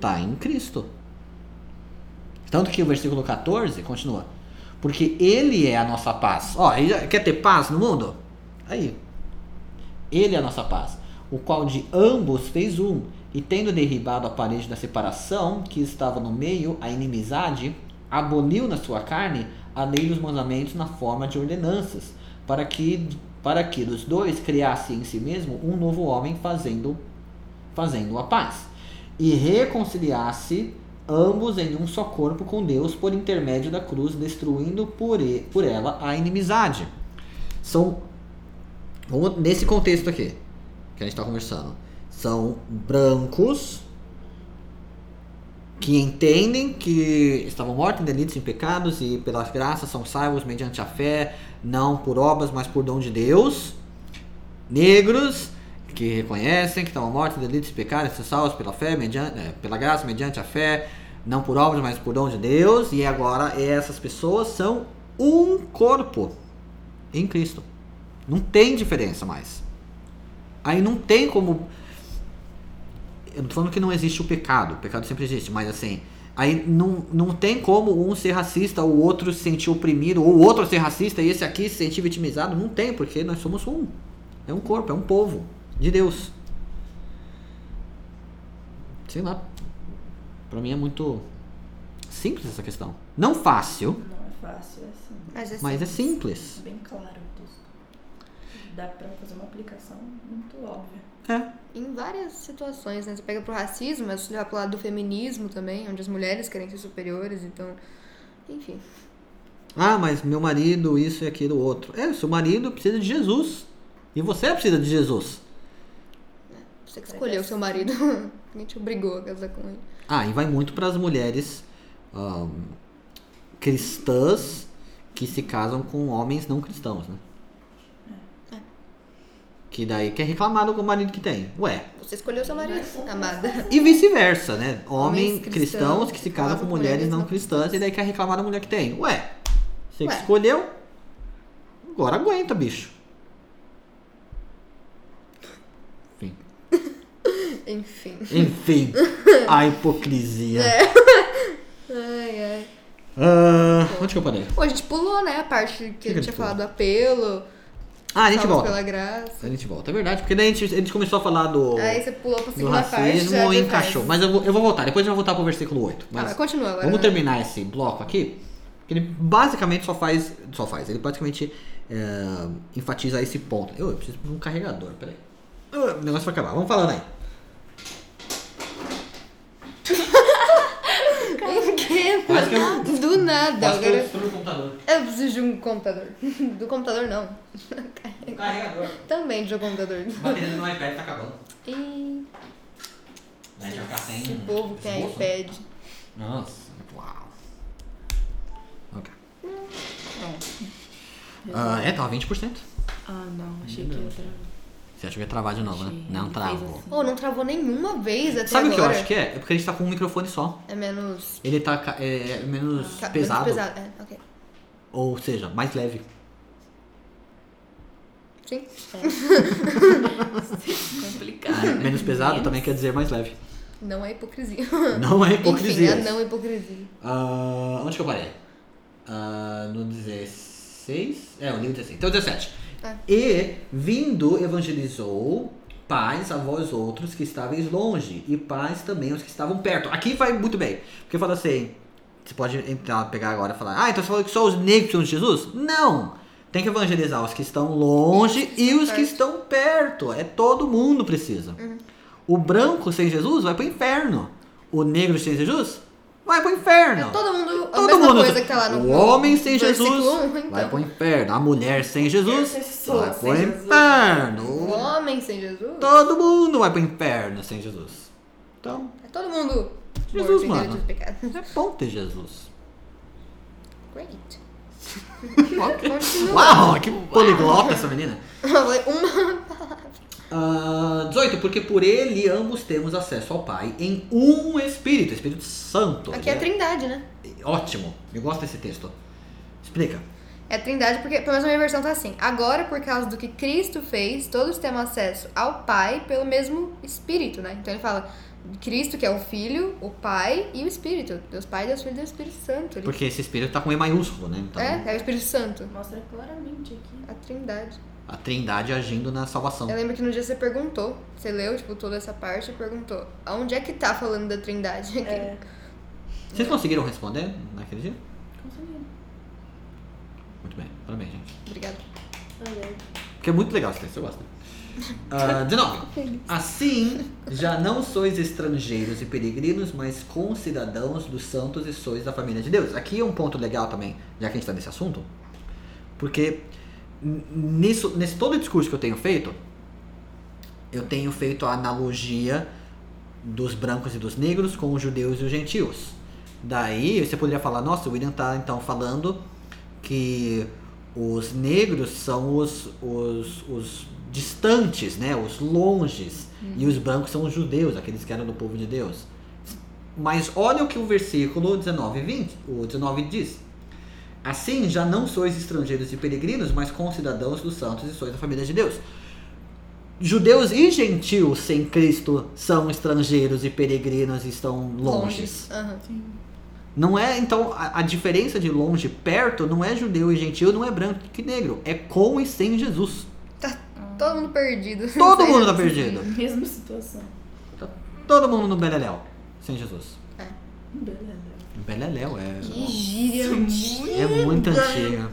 tá em Cristo. Tanto que o versículo 14 continua. Porque ele é a nossa paz. Ó, ele já- quer ter paz no mundo? Aí. Ele é a nossa paz, o qual de ambos fez um, e tendo derribado a parede da separação que estava no meio, a inimizade, aboliu na sua carne a lei dos mandamentos na forma de ordenanças, para que para que dos dois criasse em si mesmo um novo homem fazendo fazendo a paz e reconciliasse ambos em um só corpo com Deus por intermédio da cruz, destruindo por, e- por ela a inimizade. São. vamos Nesse contexto aqui que a gente está conversando, são brancos que entendem que estavam mortos em delitos e em pecados e pelas graças são salvos mediante a fé, não por obras, mas por dom de Deus. Negros que reconhecem que estavam mortos em delitos e pecados, são salvos pela fé, mediante, eh, pela graça, mediante a fé, não por obras, mas por dom de Deus. E agora essas pessoas são um corpo em Cristo. Não tem diferença mais. Aí não tem como. Eu não tô falando que não existe o pecado, o pecado sempre existe, mas assim. Aí não, não tem como um ser racista, o outro se sentir oprimido, ou o outro ser racista e esse aqui se sentir vitimizado. Não tem, porque nós somos um. É um corpo, é um povo de Deus. Sei lá. Pra mim é muito simples essa questão. Não fácil, Não é fácil, é assim. Mas é mas é simples. simples. Bem claro tosco. Dá pra fazer uma aplicação muito óbvia. É. Em várias situações, né? Você pega pro racismo, mas você vai pro lado do feminismo também, onde as mulheres querem ser superiores, então. Enfim. Ah, mas meu marido, isso e aquilo, outro. É, seu marido precisa de Jesus. E você precisa de Jesus. Você que escolheu o seu marido. Ninguém te obrigou a casar com ele. Ah, e vai muito para as mulheres ahn, cristãs que se casam com homens não cristãos, né? Que daí quer reclamar do marido que tem. Ué. Você escolheu o seu marido, amada. E vice-versa, né? Homens Homens cristãos, cristãos que se casam com mulheres não cristãs e daí quer reclamar da mulher que tem. Ué, você que Ué. escolheu, agora aguenta, bicho. Enfim. Enfim. Enfim, a hipocrisia. Ai, ai. Ah, onde que eu parei? Pô, a gente pulou, né? A parte que que ele a gente tinha pulou? falado do apelo. Ah, a gente salvos volta. pela graça. A gente volta, é verdade. Porque daí a gente, a gente começou a falar do, Aí você pulou pra do segunda parte. já racismo e depois. encaixou. Mas eu vou, eu vou voltar, depois a gente vai voltar pro versículo 8. Ah, Mas mas continua agora. Vamos né? terminar esse bloco aqui. Que ele basicamente só faz. Só faz. Ele basicamente é, enfatiza esse ponto. Eu, eu preciso de um carregador, peraí. Ah, O negócio vai acabar. Vamos falando aí. Que? Quase que eu- Do nada. Agora... destruo o computador. Eu preciso de um computador. Do computador, não. O carregador. Também de um computador. A bateria do meu iPad tá acabando. Ih, Né? Já ficar sem. que bobo que é esboço, né? iPad. Nossa. Uau. Ok. É. Pronto. Ah, é, tava 20%. Ah, não. Achei que ia travar. Você achou que ia travar de novo, né? Achei. Não Fez travou. assim. Pô, não travou nenhuma vez até Sabe o que eu agora. acho que é? É porque a gente tá com um microfone só. é? menos... Ele tá ca- é, menos ca- menos pesado. pesado. É, ok. Ou seja, mais leve. Sim. Complicado. né? Ah, Menos pesado também quer dizer mais leve. Não é hipocrisia. Não é hipocrisia. Enfim, é não hipocrisia. Ah, onde que eu parei? Ah, no 16? É, o livro 16. Então 17. Tá. E vindo evangelizou paz a vós outros que estáveis longe, e paz também aos que estavam perto. Aqui vai muito bem. Porque fala assim. Você pode entrar, pegar agora e falar, ah, então você falou que só os negros são de Jesus? Não! Tem que evangelizar os que estão longe e os que estão perto. É todo mundo precisa. O branco sem Jesus vai pro inferno. O negro sem Jesus vai pro inferno. É, Todo mundo. A Ah, Todo mesma mundo- coisa que tá lá no. o homem sem no versículo Jesus um, então. é vai pro inferno. A mulher sem Jesus Pessoa vai sem pro Jesus. O inferno. homem sem Jesus? Todo mundo vai pro inferno sem Jesus. Então, É todo mundo. Jesus, morto em mano. delitos e pecados. é bom ter Jesus. Great. Uau, que poliglota essa menina. Eu falei, uma. Ah, 18, porque por ele ambos temos acesso ao Pai em um Espírito, Espírito Santo. Aqui é a Ele trindade, né? é Ótimo, eu gosto desse texto. Explica. É a trindade porque, pelo menos na minha versão tá assim. Agora, por causa do que Cristo fez, todos temos acesso ao Pai pelo mesmo Espírito, né? Então ele fala Cristo, que é o Filho, o Pai e o Espírito. Deus Pai, Deus Filho e Deus Espírito Santo. Ele- Porque esse Espírito tá com E maiúsculo, né? Então, É, é o Espírito Santo. Mostra claramente aqui. A trindade. a trindade agindo na salvação. Eu lembro que no dia você perguntou, você leu, tipo, toda essa parte e perguntou, aonde é que tá falando da trindade? aqui?" É, Vocês conseguiram responder naquele dia? conseguindo. Muito bem, parabéns, gente. Obrigada. Valeu. Porque é muito legal esse texto, eu gosto. Ah, 19. Assim, já não sois estrangeiros e peregrinos, mas concidadãos dos santos e sois da família de Deus. Aqui é um ponto legal também, já que a gente está nesse assunto, porque n- nisso, nesse todo o discurso que eu tenho feito, eu tenho feito a analogia dos brancos e dos negros com os judeus e os gentios. Daí você poderia falar, nossa, o William tá então falando que os negros são os, os, os distantes, né? Os longes. E os brancos são os judeus, aqueles que eram do povo de Deus. Mas olha o que o versículo 19 e 20, o 19 diz. Assim já não sois estrangeiros e peregrinos, mas concidadãos dos santos e sois da família de Deus. Judeus e gentios sem Cristo são estrangeiros e peregrinos e estão longes. Aham. Não é, então, a, a diferença de longe e perto não é judeu e gentil, não é branco e negro. É com e sem Jesus. Todo mundo perdido. Todo mundo tá perdido. Mesma situação. Todo mundo no Beleléu. Sem Jesus. Beleza. Beleléu é. Que gíria. É muito antiga.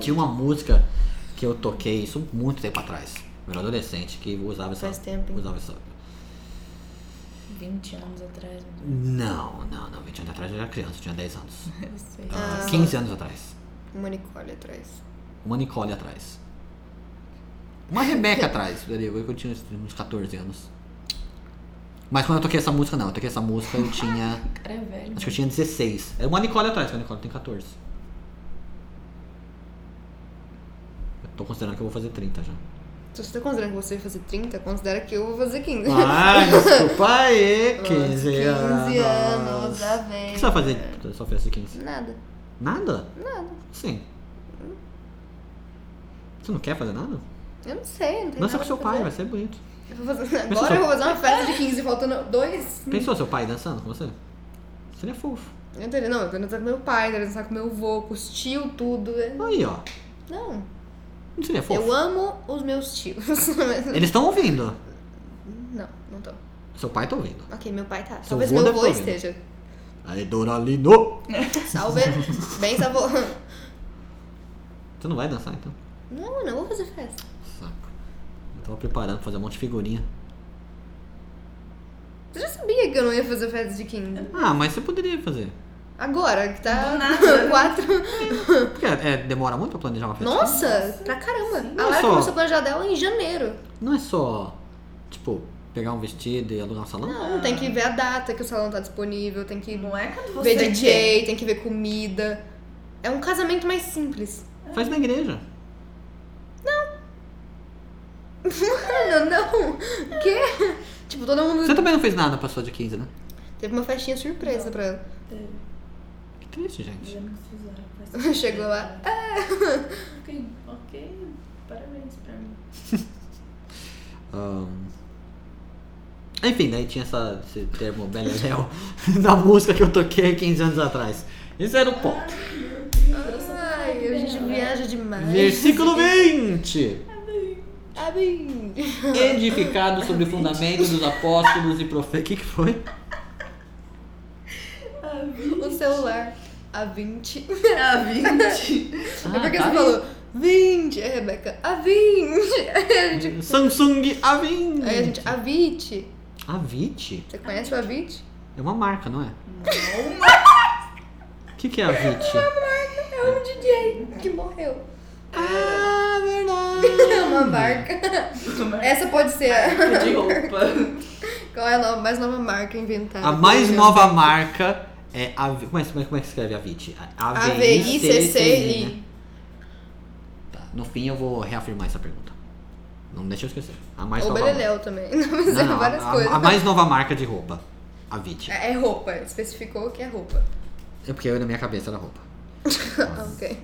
Tinha uma música que eu toquei isso muito tempo atrás. Eu era adolescente que usava essa. Faz tempo, hein? Usava essa. 20 anos atrás, meu Deus, Não, não, não. 20 anos atrás eu era criança, eu tinha 10 anos. eu sei. Ah, Ah. 15 anos atrás. Um manicômio atrás. Uma Nicole atrás. Uma Rebeca atrás. Eu digo, eu tinha uns 14 anos. Mas quando eu toquei essa música, não. Eu toquei essa música, eu tinha. O cara é velho. Acho que eu tinha 16. É uma Nicole atrás, porque a Nicole tem 14. Eu tô considerando que eu vou fazer 30 já. Se você tá considerando que você vai fazer 30, considera que eu vou fazer 15. Ah, desculpa aí! 15 anos. 15 anos, lá vem. O que você vai fazer só festa de 15? Nada. Nada? Nada. Sim. Hum. Você não quer fazer nada? Eu não sei, não tem Dança nada com é seu pra fazer. pai, vai ser bonito. Eu vou fazer- Pensa Agora só. eu vou fazer uma festa de 15, faltando dois. Pensou seu pai dançando com você? Seria fofo. Eu teria, não, eu tô dançar com meu pai, eu tô dançar com meu avô, com os tios, tudo. Aí, ó. Não. Não seria Eu fofo. amo os meus tios. mas- Eles estão ouvindo. Não, não tô. Seu pai tá ouvindo. Ok, meu pai tá. Seu Talvez vô meu deve avô tá ouvindo. esteja. Aí, Doralino! Salve. Bem, salvo. Você não vai dançar, então? Não, não vou fazer festa. Saco. Eu tava preparando pra fazer um monte de figurinha. Você já sabia que eu não ia fazer festa de 15? Ah, mas você poderia fazer. Agora, que tá Do nada. quatro. Porque é, demora muito pra planejar uma festa. Nossa, pra caramba. a Olha Lara só. começou a planejar dela em janeiro. Não é só, tipo, pegar um vestido e alugar um salão? Não, tem que ver a data que o salão tá disponível, tem que Não é quando você ver DJ, tem que ver comida. É um casamento mais simples. Faz na igreja. Mano, Ah, não. O quê? Tipo, todo mundo. Você tá- também não fez nada pra sua de 15, né? Teve uma festinha surpresa pra ela. Teve. Que triste, gente. Já não fizeram. parece- Chegou lá. Ok, ok. Parabéns pra mim. Ahn. Enfim, daí tinha essa, esse termo beleléu da música que eu toquei 15 anos atrás. Esse era o ponto. Ai, a gente viaja demais. Versículo 20. Amém. edificado sobre o fundamento dos apóstolos e profetas. O que, que foi? O celular. A 20. Ah, 20. é porque tá Ah, É você aí. tá falou Vinde, Rebeca, avinde. Samsung Avin. Aí É, a gente, avite. Avit? Você conhece o avite? É uma marca, não é? Não, O que, que é Avit? É um DJ que morreu. ah, É verdade. uma barca. uma marca Essa pode ser a... de roupa. Qual é a nova- mais nova marca inventada? A mais nova marca é Avit. Como é, como é- como é que escreve Avit? AVICCI. né? Tá, No fim eu vou reafirmar essa pergunta. Não deixa eu esquecer. A mais Ou nova Beleléu também. Não, Não, mas é não, várias a, coisas. a mais nova marca de roupa. Avit. É. É é roupa, especificou que é roupa. porque eu na minha cabeça era roupa. ok.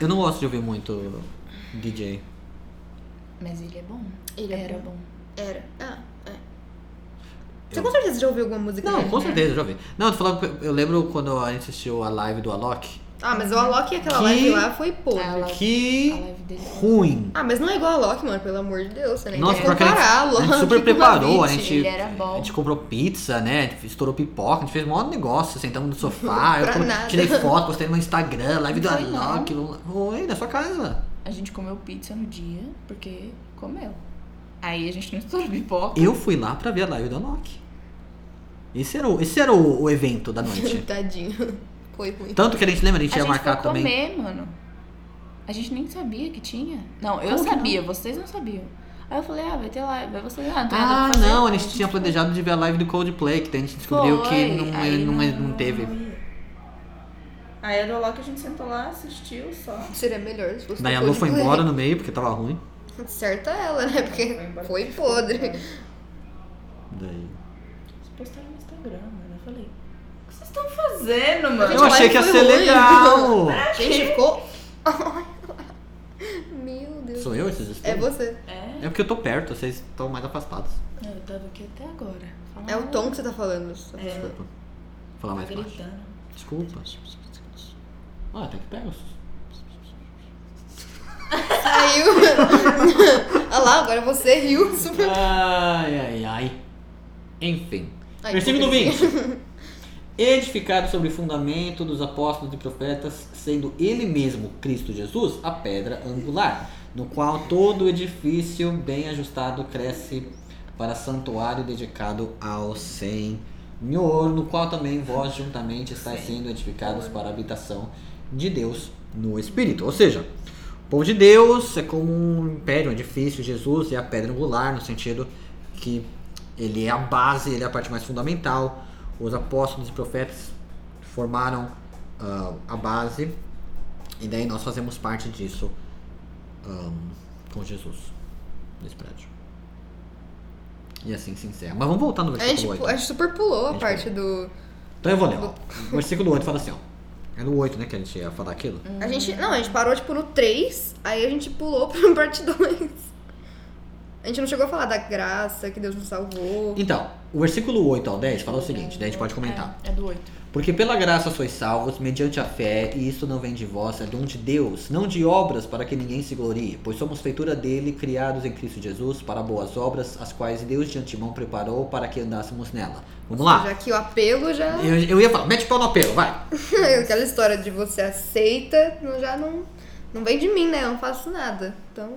Eu não gosto de ouvir muito DJ. Mas ele é bom. Ele é Era bom. Era. Ah, é. Você Eu- com certeza já ouviu alguma música Não, dele? com certeza, já ouvi. Não, eu tô falando, que eu lembro quando a gente assistiu a live do Alok. Ah, mas o Alok e aquela Uhum. Que- live lá foi podre. É. Ah, lá- Que a live dele. ruim. Ah, mas não é igual a Loki, mano, pelo amor de Deus. Você nem Nossa, tem que porque a gente- comparar a a Loki gente super com preparou, a Avicii. gente, ele era bom. Tipo, a gente comprou pizza, né? a gente Estourou pipoca, a gente fez o maior negócio, sentamos no sofá, eu Pra colo- nada. tirei foto, postei no Instagram, live do Não foi, não. Alok. Oi, da sua casa. A gente comeu pizza no dia, porque comeu. Aí a gente não estourou pipoca. Eu fui lá pra ver a live do Alok. Esse era o, esse era o, o evento da noite. Tadinho. Foi ruim. Tanto que a gente lembra, a gente A ia gente foi marcar também. comer, mano. A gente nem sabia que tinha. Não, eu Como que sabia, vocês não sabiam. Aí eu falei, ah, vai ter live. Aí você, ah, não tem nada Ah, pra fazer. não, a Aí gente tinha planejado de ver a live do Coldplay, que daí a gente descobriu Foi, que não, é, aí não, não- não teve. Aí a do Loki a gente sentou lá, assistiu só. Seria melhor se fosse Daí a o Lu foi Coldplay. embora no meio, porque tava ruim. Certa ela, né? Foi Porque embora. foi podre. Daí... Vocês postaram no Instagram, mano. Eu falei, o que vocês estão fazendo, Gente, Eu mano? a achei live que ia foi ser ruim. legal! Gente, ficou. Meu Deus. Sou eu esse É desespero? você. É, É porque eu tô perto, vocês estão mais afastados. Eu tava aqui até agora. um É o tom que você tá falando. é. Desculpa. Vou falar mais baixo. Gritando. Desculpa. Ah, até que pega. Saiu. Olha lá, agora você riu. super- Ai, ai, ai. Enfim. Ai, Versículo que 20. Edificado sobre o fundamento dos apóstolos e profetas, sendo ele mesmo, Cristo Jesus, a pedra angular, no qual todo edifício bem ajustado cresce para santuário dedicado ao Senhor, no qual também vós juntamente estáis sendo edificados para a habitação de Deus no Espírito. Ou seja, o povo de Deus é como um império, um edifício, Jesus é a pedra angular, no sentido que ele é a base, ele é a parte mais fundamental. Os apóstolos e profetas formaram ah, a base, e daí nós fazemos parte disso ah, com Jesus nesse prédio. E assim se encerra. Mas vamos voltar no A versículo gente, 8. a gente super pulou A a gente parte do. Então eu vou ler. Ó. O versículo 8 fala assim: ó. É no 8, né, que a gente ia falar aquilo? A gente. Não, a gente parou tipo no 3, aí a gente pulou pra parte 2. A gente não chegou a falar da graça, que Deus nos salvou. Então, o versículo 8 ao 10 É, fala o seguinte, daí a gente pode comentar. É, é do 8. Porque pela graça sois salvos, mediante a fé, e isso não vem de vós, é dom de Deus, não de obras para que ninguém se glorie, pois somos feitura dele, criados em Cristo Jesus, para boas obras, as quais Deus de antemão preparou para que andássemos nela. Vamos lá? Já que o apelo já. Eu, eu ia falar, mete o pau no apelo, vai! Aquela história de você aceita, não- já não, não vem de mim, né? Eu não faço nada. Então.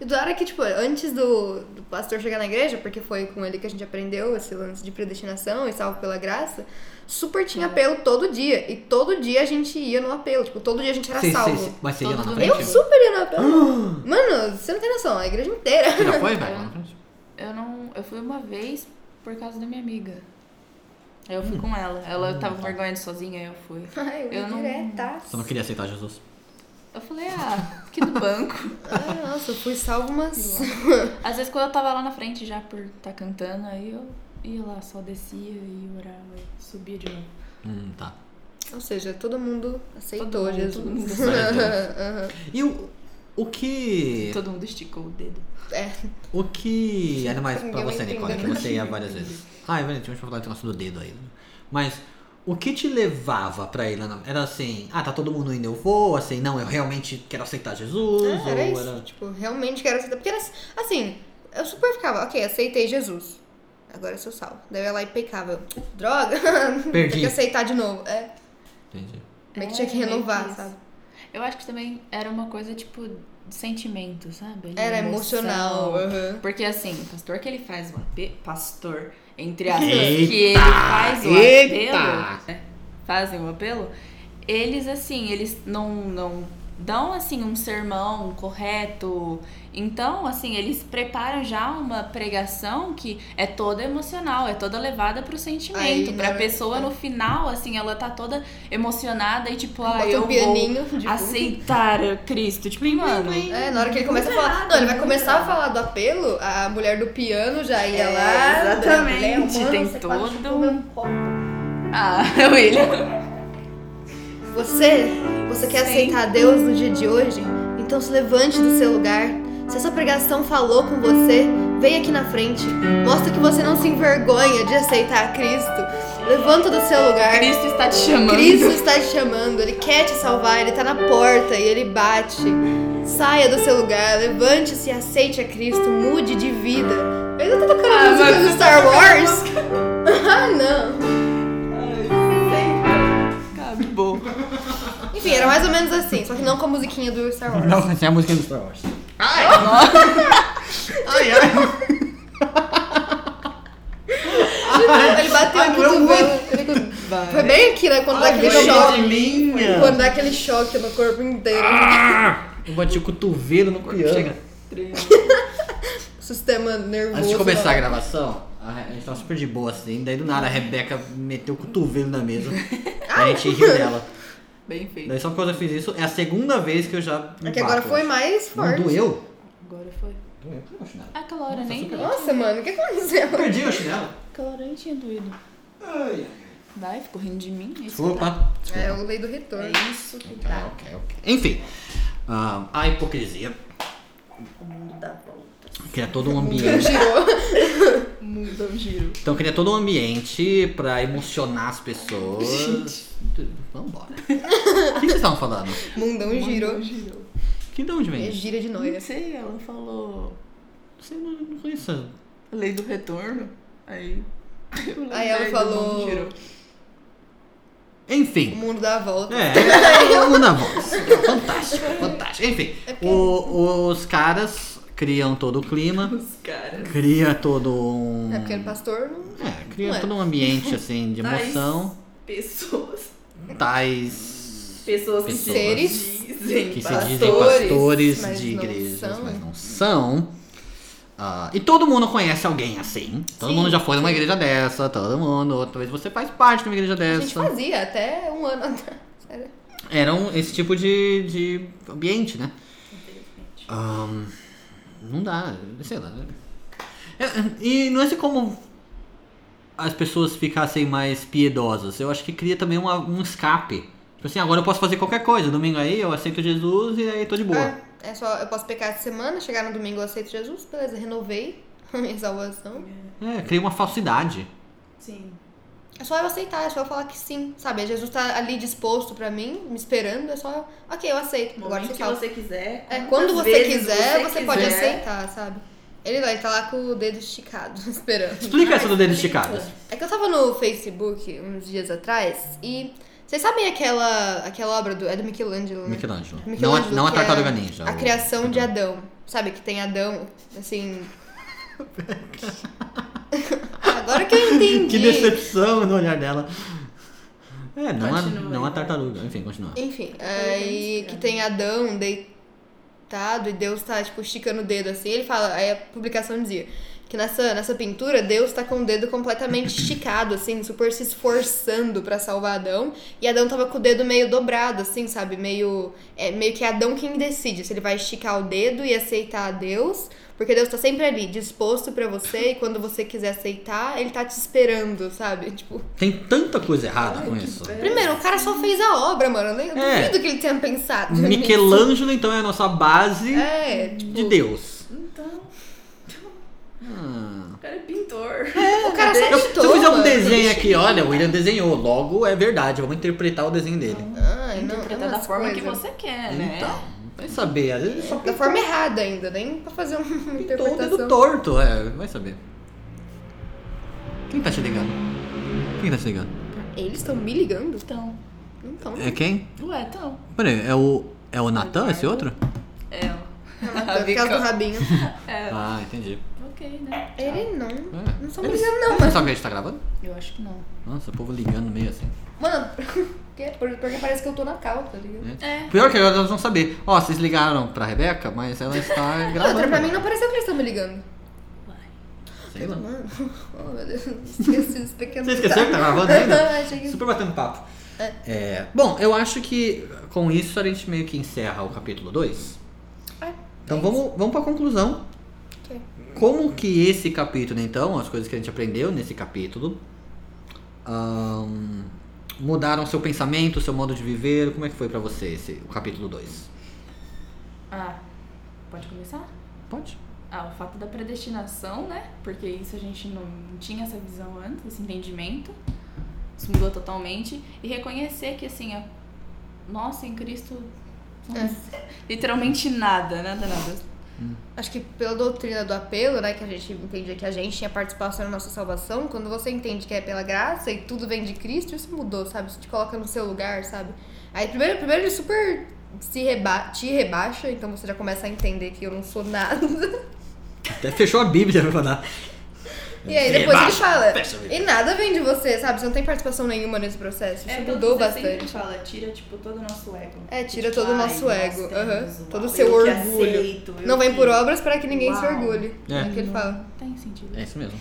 E do hora que, tipo, antes do, do pastor chegar na igreja, porque foi com ele que a gente aprendeu esse lance de predestinação e salvo pela graça, super tinha apelo todo dia. E todo dia a gente ia no apelo. Tipo, todo dia a gente era Cê- cê- salvo. cê- mas você ia lá na Todo frente? Eu super ia no Ah, apelo. Mano, você não tem noção, a igreja inteira. Você já foi, É. velho? lá na frente? Eu não. Eu fui uma vez por causa da minha amiga. Aí eu fui Hum. com ela. Ela tava tá. com vergonha de sozinha, aí eu fui. Ai, eu Eu não- Você não diretaço. queria aceitar Jesus? Eu falei, ah, que do banco. Ai, Ah, nossa, eu fui salvo umas. Às vezes quando eu tava lá na frente já por tá cantando, aí eu ia lá, só descia e orava e subia de novo. Hum, tá. Ou seja, todo mundo aceitou Todo mundo, Jesus. todo mundo. Aham. E o, o que... Todo mundo esticou o dedo. É, O que era mais pra Ninguém você, entendeu. Nicole, que você ia várias vezes? Ah, é verdade, tinha falar do negócio do dedo aí. né? Mas o que te levava pra ir lá? na- Era assim, ah, tá todo mundo indo, eu vou, assim, não, eu realmente quero aceitar Jesus, ah, era ou isso. era. Tipo, realmente quero aceitar. Porque era assim, eu super ficava, ok, aceitei Jesus. Agora eu sou salvo. Daí eu ia lá e pecava. Eu, Droga! Tem Perdi. que aceitar de novo. É, Entendi. meio É, que tinha que meio que renovar, É, isso. sabe? Eu acho que também era uma coisa, tipo, de sentimento, sabe? De Era emoção. emocional. aham. Porque assim, o pastor que ele faz o apelo. Pastor, entre aspas, Eita! que ele faz o Eita! apelo. né, Fazem o apelo. Eles, assim, eles não, não dão, assim, um sermão correto. Então, assim, eles preparam já uma pregação que é toda emocional, é toda levada pro sentimento. Aí, Pra né? pessoa, no final, assim, ela tá toda emocionada e tipo, ah, Bota eu um vou pianinho. de fundo. aceitar Cristo. Tipo, e, mano... É, na hora que ele começa a Muito falar. errado, Não, ele vai muito começar a errado. falar do apelo, a mulher do piano já ia É, lá. exatamente, né, mano, tem você quase todo um- chupou meu copo. Ah, William. Você, você quer Sim. aceitar Deus no dia de hoje? Então se levante do seu lugar. Se essa pregação falou com você, vem aqui na frente. Mostra que você não se envergonha de aceitar Cristo. Levanta do seu lugar. Cristo está te chamando. É. Cristo está te chamando, Ele quer te salvar, Ele tá na porta e Ele bate. Saia do seu lugar, levante-se e aceite a Cristo, mude de vida. Eu não tô tocando Ah, música mas do você Star Wars? ah, não. Acabou. Enfim, era mais ou menos assim, só que não com a musiquinha do Star Wars. Não, essa é a música do Star Wars. Ai! ai, ai! Ele bateu Ai, o meu cotovelo. Ele- Foi bem aqui, né? Quando dá aquele Ai, choque. minha. Quando dá aquele choque no corpo inteiro. Eu bati o cotovelo no corpo. Chega. O sistema nervoso. Antes de começar lá. a gravação, a a gente tava super de boa assim, daí do nada a Rebeca meteu o cotovelo na mesa. a gente riu dela. Bem feito. Daí só quando eu fiz isso, é a segunda vez que eu já. É que agora bato, foi eu mais acho. Não forte. doeu? Agora foi. Doeu, eu não acho nada. Aquela hora nem. super Nossa, mano, o que aconteceu? Eu perdi o chinelo. Aquela hora nem tinha doído. Ai, Vai, ficou rindo de mim. é isso que tá. Desculpa. É tá. o lei do retorno. É isso que Então, dá. Ok, ok. Enfim, ah, a hipocrisia O mundo dá voltas. cria todo um Girou. ambiente. Muda o giro. Então cria todo um ambiente pra emocionar as pessoas. Vambora. O que vocês estavam falando? Mundão girou. Girou. Que de onde vem É isso? gira de noia. Não sei, ela falou Você não não conheço. lei do retorno. Aí. eu Aí ela lembrei do falou- mundo girou. O Enfim. mundo dá a volta. É, é na voz. Fantástico, fantástico. Enfim, É o- os caras criam todo o clima, Os caras. cria todo um. É porque era pastor. não- É, Não cria é. todo um ambiente assim de emoção. Pessoas. Tais Pessoas que Pessoas. se Seres. dizem que se pastores. dizem pastores mas de não igrejas, são. mas não são. Ah, e todo mundo conhece alguém assim. Todo Sim, mundo já foi numa igreja dessa, todo mundo. Outra vez você faz parte de uma igreja A dessa. gente fazia até um ano atrás. Sério. Era um- esse tipo de, de ambiente, né? Ahn, não dá, sei lá. É, E não é assim como as pessoas ficassem mais piedosas. Eu acho que cria também uma- um escape. Tipo assim, agora eu posso fazer qualquer coisa. Domingo aí eu aceito Jesus e aí tô de boa. É, é só, eu posso pecar essa semana, chegar no domingo eu aceito Jesus, beleza, renovei a minha salvação. É, cria uma falsidade. Sim. É só eu aceitar, é só eu falar que sim, sabe? Jesus tá ali disposto pra mim, me esperando, é só, ok, eu aceito. No Agora momento você que fala. você quiser. É, quando quantas você vezes quiser, você, pode quiser. aceitar, sabe? Ele lá, ele tá lá com o dedo esticado, esperando. Explica essa do dedo explica. esticado. É que eu tava no Facebook uns dias atrás e. Vocês sabem aquela, aquela obra do. É do Michelangelo, né? Michelangelo. Não, é, Michelangelo, não é que é tartaruga ninja. A o- criação de Adão. Sabe que tem Adão, assim. Agora que eu entendi. Que decepção no olhar dela. É, não, a, Continua, não a vai. então. tartaruga. Enfim, continua. Enfim, bem aí que tem Adão deitado e Deus tá, tipo, esticando o dedo assim. Ele fala, aí a publicação dizia que nessa, nessa pintura Deus tá com o dedo completamente esticado, assim, super se esforçando pra salvar Adão. E Adão tava com o dedo meio dobrado, assim, sabe? Meio. É meio que é Adão quem decide se ele vai esticar o dedo e aceitar a Deus. Porque Deus tá sempre ali, disposto pra você, e quando você quiser aceitar, ele tá te esperando, sabe? Tipo. Tem tanta coisa errada com isso. Primeiro, o cara só fez a obra, mano. Eu nem- eu É. duvido que ele tenha pensado. nisso. Michelangelo, então, é a nossa base É, tipo, de Deus. Então, Ah. o cara é pintor. o cara só Eu, se eu pintou, fizer um mano. desenho aqui, olha, o William desenhou, logo é verdade, vamos interpretar o desenho dele. Ai, não, é Interpretar É da umas forma que coisas. você quer, né? Então, vai saber, às vezes ele só Da forma errada ainda, nem pra fazer uma pintou o dedo interpretação. torto, é, vai saber. Quem tá te ligando? Quem tá te ligando? Eles estão me ligando? Então. Então. É quem? Ué, então. Peraí, é o É o Natan esse outro? É, Por causa do rabinho. Ah, entendi. ok, né? Ele não. É. É. Não sou Eles- brigando, não, Você mas. sabe que a gente tá gravando? Eu acho que não. Nossa, o povo ligando meio assim. Mano, que é? Porque parece que eu tô na cal, tá ligado? né? É. Pior que agora elas vão saber. Ó, vocês ligaram pra Rebeca, mas ela está E Outra, gravando. pra mim não pareceu que eles estão me ligando. Sei lá. Mano, oh meu Deus, esqueci esse pequeno. Você esqueceu que tá detalhe. gravando ainda? Achei que- Super batendo papo. É, bom, eu acho que com isso a gente meio que encerra o capítulo 2. É, Então vamos, vamos pra conclusão. Ok. Como que esse capítulo, então, as coisas que a gente aprendeu nesse capítulo, ahn, mudaram seu pensamento, seu modo de viver? Como é que foi pra você esse, o capítulo 2? Ah, pode começar? Pode? Ah, o fato da predestinação, né? Porque isso a gente não tinha essa visão antes, esse entendimento. Isso mudou totalmente. E reconhecer que, assim, a... nossa, em Cristo, somos literalmente nada, nada, nada. Acho que pela doutrina do apelo, né, que a gente entendia que a gente tinha participação na nossa salvação, quando você entende que é pela graça e tudo vem de Cristo, isso mudou, sabe? Isso te coloca no seu lugar, sabe? Aí primeiro, primeiro ele super se reba te rebaixa, então você já começa a entender que eu não sou nada. Até fechou a Bíblia pra falar. E aí depois ele Rebaixa, fala. fecha a Bíblia. E nada vem de você, sabe? Você não tem participação nenhuma nesse processo. Isso É, mudou todos dizem bastante. que então, fala, tira, tipo, todo o nosso ego. É, tira Tipo, todo o "Ai, nosso nós ego, temos, aham, uau, todo o seu eu que orgulho. aceito, eu Não vem que-" por obras para que ninguém se Uau. orgulhe. É. É. o que ele fala. Tem sentido. É isso mesmo.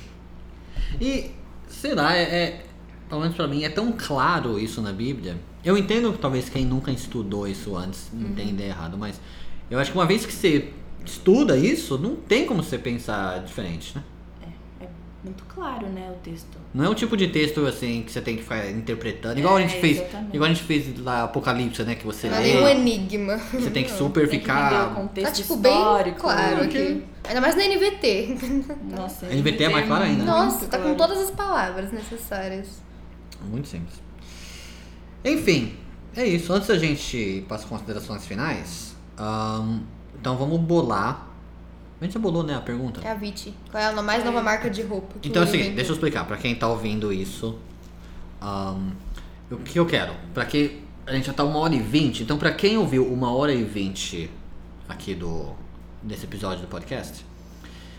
E, sei lá, é, é- pelo menos pra mim, é tão claro isso na Bíblia. Eu entendo que talvez quem nunca estudou isso antes Uhum. entenda errado, mas eu acho que uma vez que você estuda isso, não tem como você pensar diferente, né? Muito claro, né, o texto. Não é um tipo de texto assim que você tem que ficar interpretando, igual a É, gente fez, exatamente. igual a gente fez lá Apocalipse, né, que você Não é lê, nenhum enigma. você tem que super Tem né, que entender o ficar contexto tá tipo bem histórico. né? claro aqui. Ainda mais na NVT. Nossa, NVT é mais claro ainda. né? Nossa, muito tá com claro. todas as palavras necessárias. Muito simples. Enfim, é isso. Antes da gente ir para as considerações finais, ahn, então vamos bolar. A gente já bolou, né, a pergunta? É a Viti. Qual é a mais É. nova marca de roupa? que Então é o ninguém seguinte, deixa eu explicar pra quem tá ouvindo isso. ahn, o que eu quero? Pra que. A gente já tá uma hora e vinte, então pra quem ouviu uma hora e vinte aqui do. desse episódio do podcast,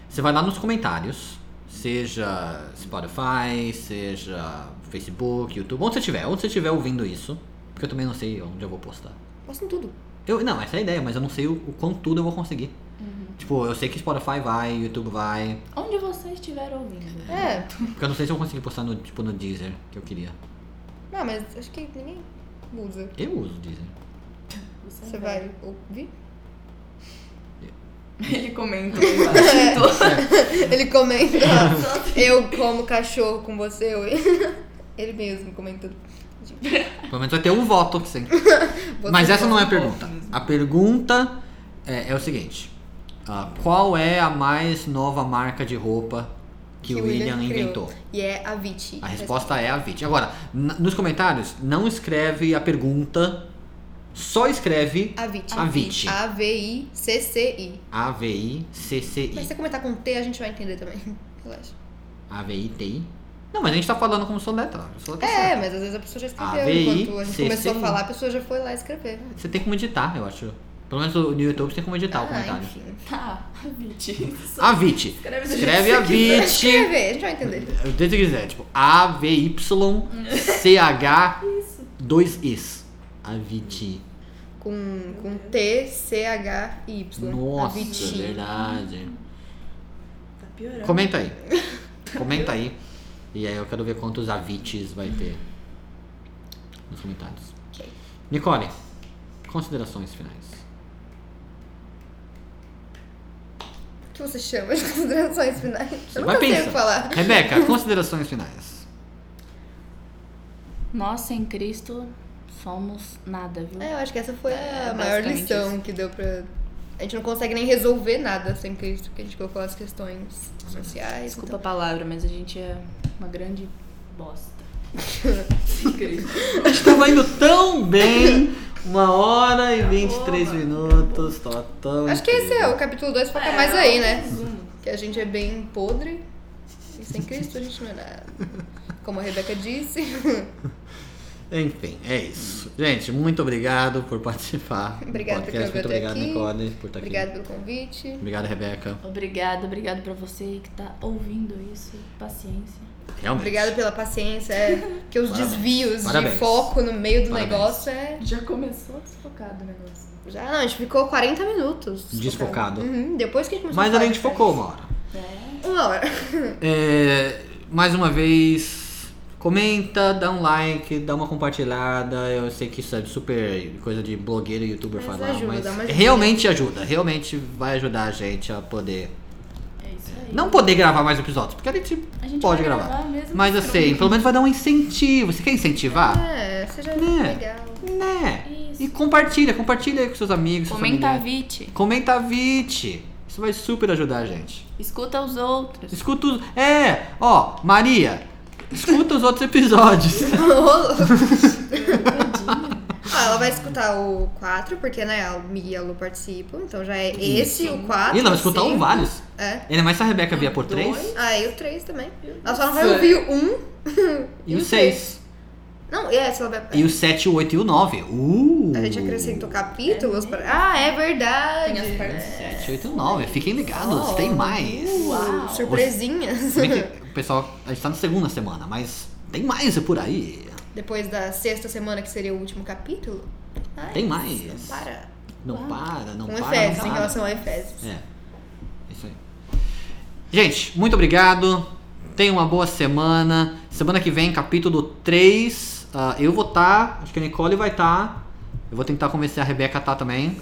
você vai lá nos comentários. Seja Spotify, seja Facebook, YouTube, onde você tiver, onde você estiver ouvindo isso. Porque eu também não sei onde eu vou postar. entendeu. Posso em tudo. Eu, não, essa é a ideia, mas eu não sei o, o quão tudo eu vou conseguir. Tipo, eu sei que Spotify vai, YouTube vai, Onde você estiver ouvindo. É. porque eu não sei se eu consegui postar no, tipo, no Deezer que eu queria. Não, mas acho que ninguém usa. Eu uso o Deezer. Você Uhum. vai ouvir? Ele comenta. lá É. embaixo. Ele comenta. eu como cachorro com você. eu- Ele mesmo comentando. Pelo menos vai ter um voto sim. Mas essa não é a pergunta. A pergunta é, é o seguinte: ah, qual é a mais nova marca de roupa que, o William, criou. inventou? E é a Viti. A resposta é a Vit. Agora, n- nos comentários, não escreve a pergunta, só escreve A Viti. a Vit. A-V-I-C-C-I. Mas se A-V-I-C-C-I. você comentar com T, a gente vai entender também. Relaxa. A-V-I-T-I. Não, mas a gente tá falando como soletra. soletra É, certa. mas às vezes a pessoa já A, escreveu. V, I, Enquanto a gente C, começou C, I. a falar, a pessoa já foi lá escrever. Você tem como editar, eu acho. Pelo menos no YouTube tem como editar o Ah, comentário. enfim. Tá, Viti. A Vit. Escreve do Escreve a jeito Vit. Escrever, a gente vai entender. Eu tento quiser, tipo, A, V, Y, C, H, dois Is. Aviti. Com, com T, C, H e Y. Nossa, a Viti. verdade. Tá piorando. Comenta aí. Comenta aí. E aí eu quero ver quantos Avites vai ter nos comentários. Ok. Nicole, considerações finais. O que você chama de considerações finais? Você Eu vai não consigo pensar. falar. Rebeca, considerações finais. Nós sem Cristo somos nada, viu? É, eu acho que essa foi a É, maior basicamente lição que deu pra. A gente não consegue nem resolver nada sem Cristo, porque a gente colocou as questões sociais. então. Desculpa a palavra, mas a gente é uma grande bosta. Incrível. Estava indo tão bem. Uma hora e 23 mano. minutos. Tá tão então- Acho que esse é incrível. o capítulo 2 foca É, mais é um aí, né? resumo. Que a gente é bem podre. E sem Cristo a gente não é nada. Como a Rebeca disse. Enfim, é isso. Gente, muito obrigado por participar. do Obrigada por podcast. ter Muito vindo até obrigado, aqui. Nicole, por estar Obrigada aqui. pelo convite. Obrigado, Rebeca. Obrigado, obrigado pra você que tá ouvindo isso. Paciência. Realmente. Obrigada pela paciência. É, que os Parabéns. desvios Parabéns. de foco no meio do Parabéns. negócio é. Já começou desfocado o negócio. Já não, a gente ficou 40 minutos. Desfocado. Uhum, depois que a gente começou Mas a a falar gente de focou uma hora. férias. Uma hora. É, mais uma vez, comenta, dá um like, dá uma compartilhada. Eu sei que isso é super coisa de blogueiro e youtuber Mas falar, ajuda, mas dá uma ajuda. realmente ajuda. Realmente vai ajudar a gente a poder. É isso aí. Não poder gravar mais episódios, porque a gente, A gente pode vai gravar. mesmo Mas que assim, pelo menos vai dar um incentivo. Você quer incentivar? É, seja Né? legal. Né? Isso. E compartilha, compartilha aí com seus amigos. seus Comenta a familiares. Vit. Comenta a VIT. Isso vai super ajudar a gente. Escuta os outros. Escuta os. É, ó, Maria, escuta os outros episódios. Ah, ela vai escutar o 4, porque né, a Mi e a Lu participam, então já é esse o 4. Ih, ela vai escutar um vários. É. Ainda mais se a Rebeca vier por três Ah, e o 3 também. Ela só não vai ouvir o 1. é. e o seis Não, e essa ela vai. E o sete o oito e o nove Uh! A gente acrescentou capítulos pra. Ah, é verdade. Tem as partes Uh. sete oito e o nove Fiquem ligados, tem mais. Uau. Surpresinhas. Se bem que, o pessoal, a gente tá na segunda semana, mas tem mais por aí. Depois da sexta semana, que seria o último capítulo. Ai, Tem mais. não Para. Não para, não Com para. Efésios, não em para. relação a Efésios. É. Isso aí. Gente, muito obrigado. Tenha uma boa semana. Semana que vem, capítulo 3. ah, eu vou estar. acho que a Nicole vai estar. Eu vou tentar convencer a Rebeca a estar também.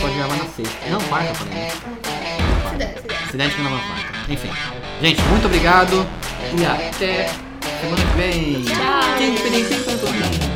Pode gravar na sexta. Não, quarta também. né? É. Se der, se der. Se der, a gente grava na quarta. Enfim. Gente, muito obrigado. E até semana que vem. Tchau.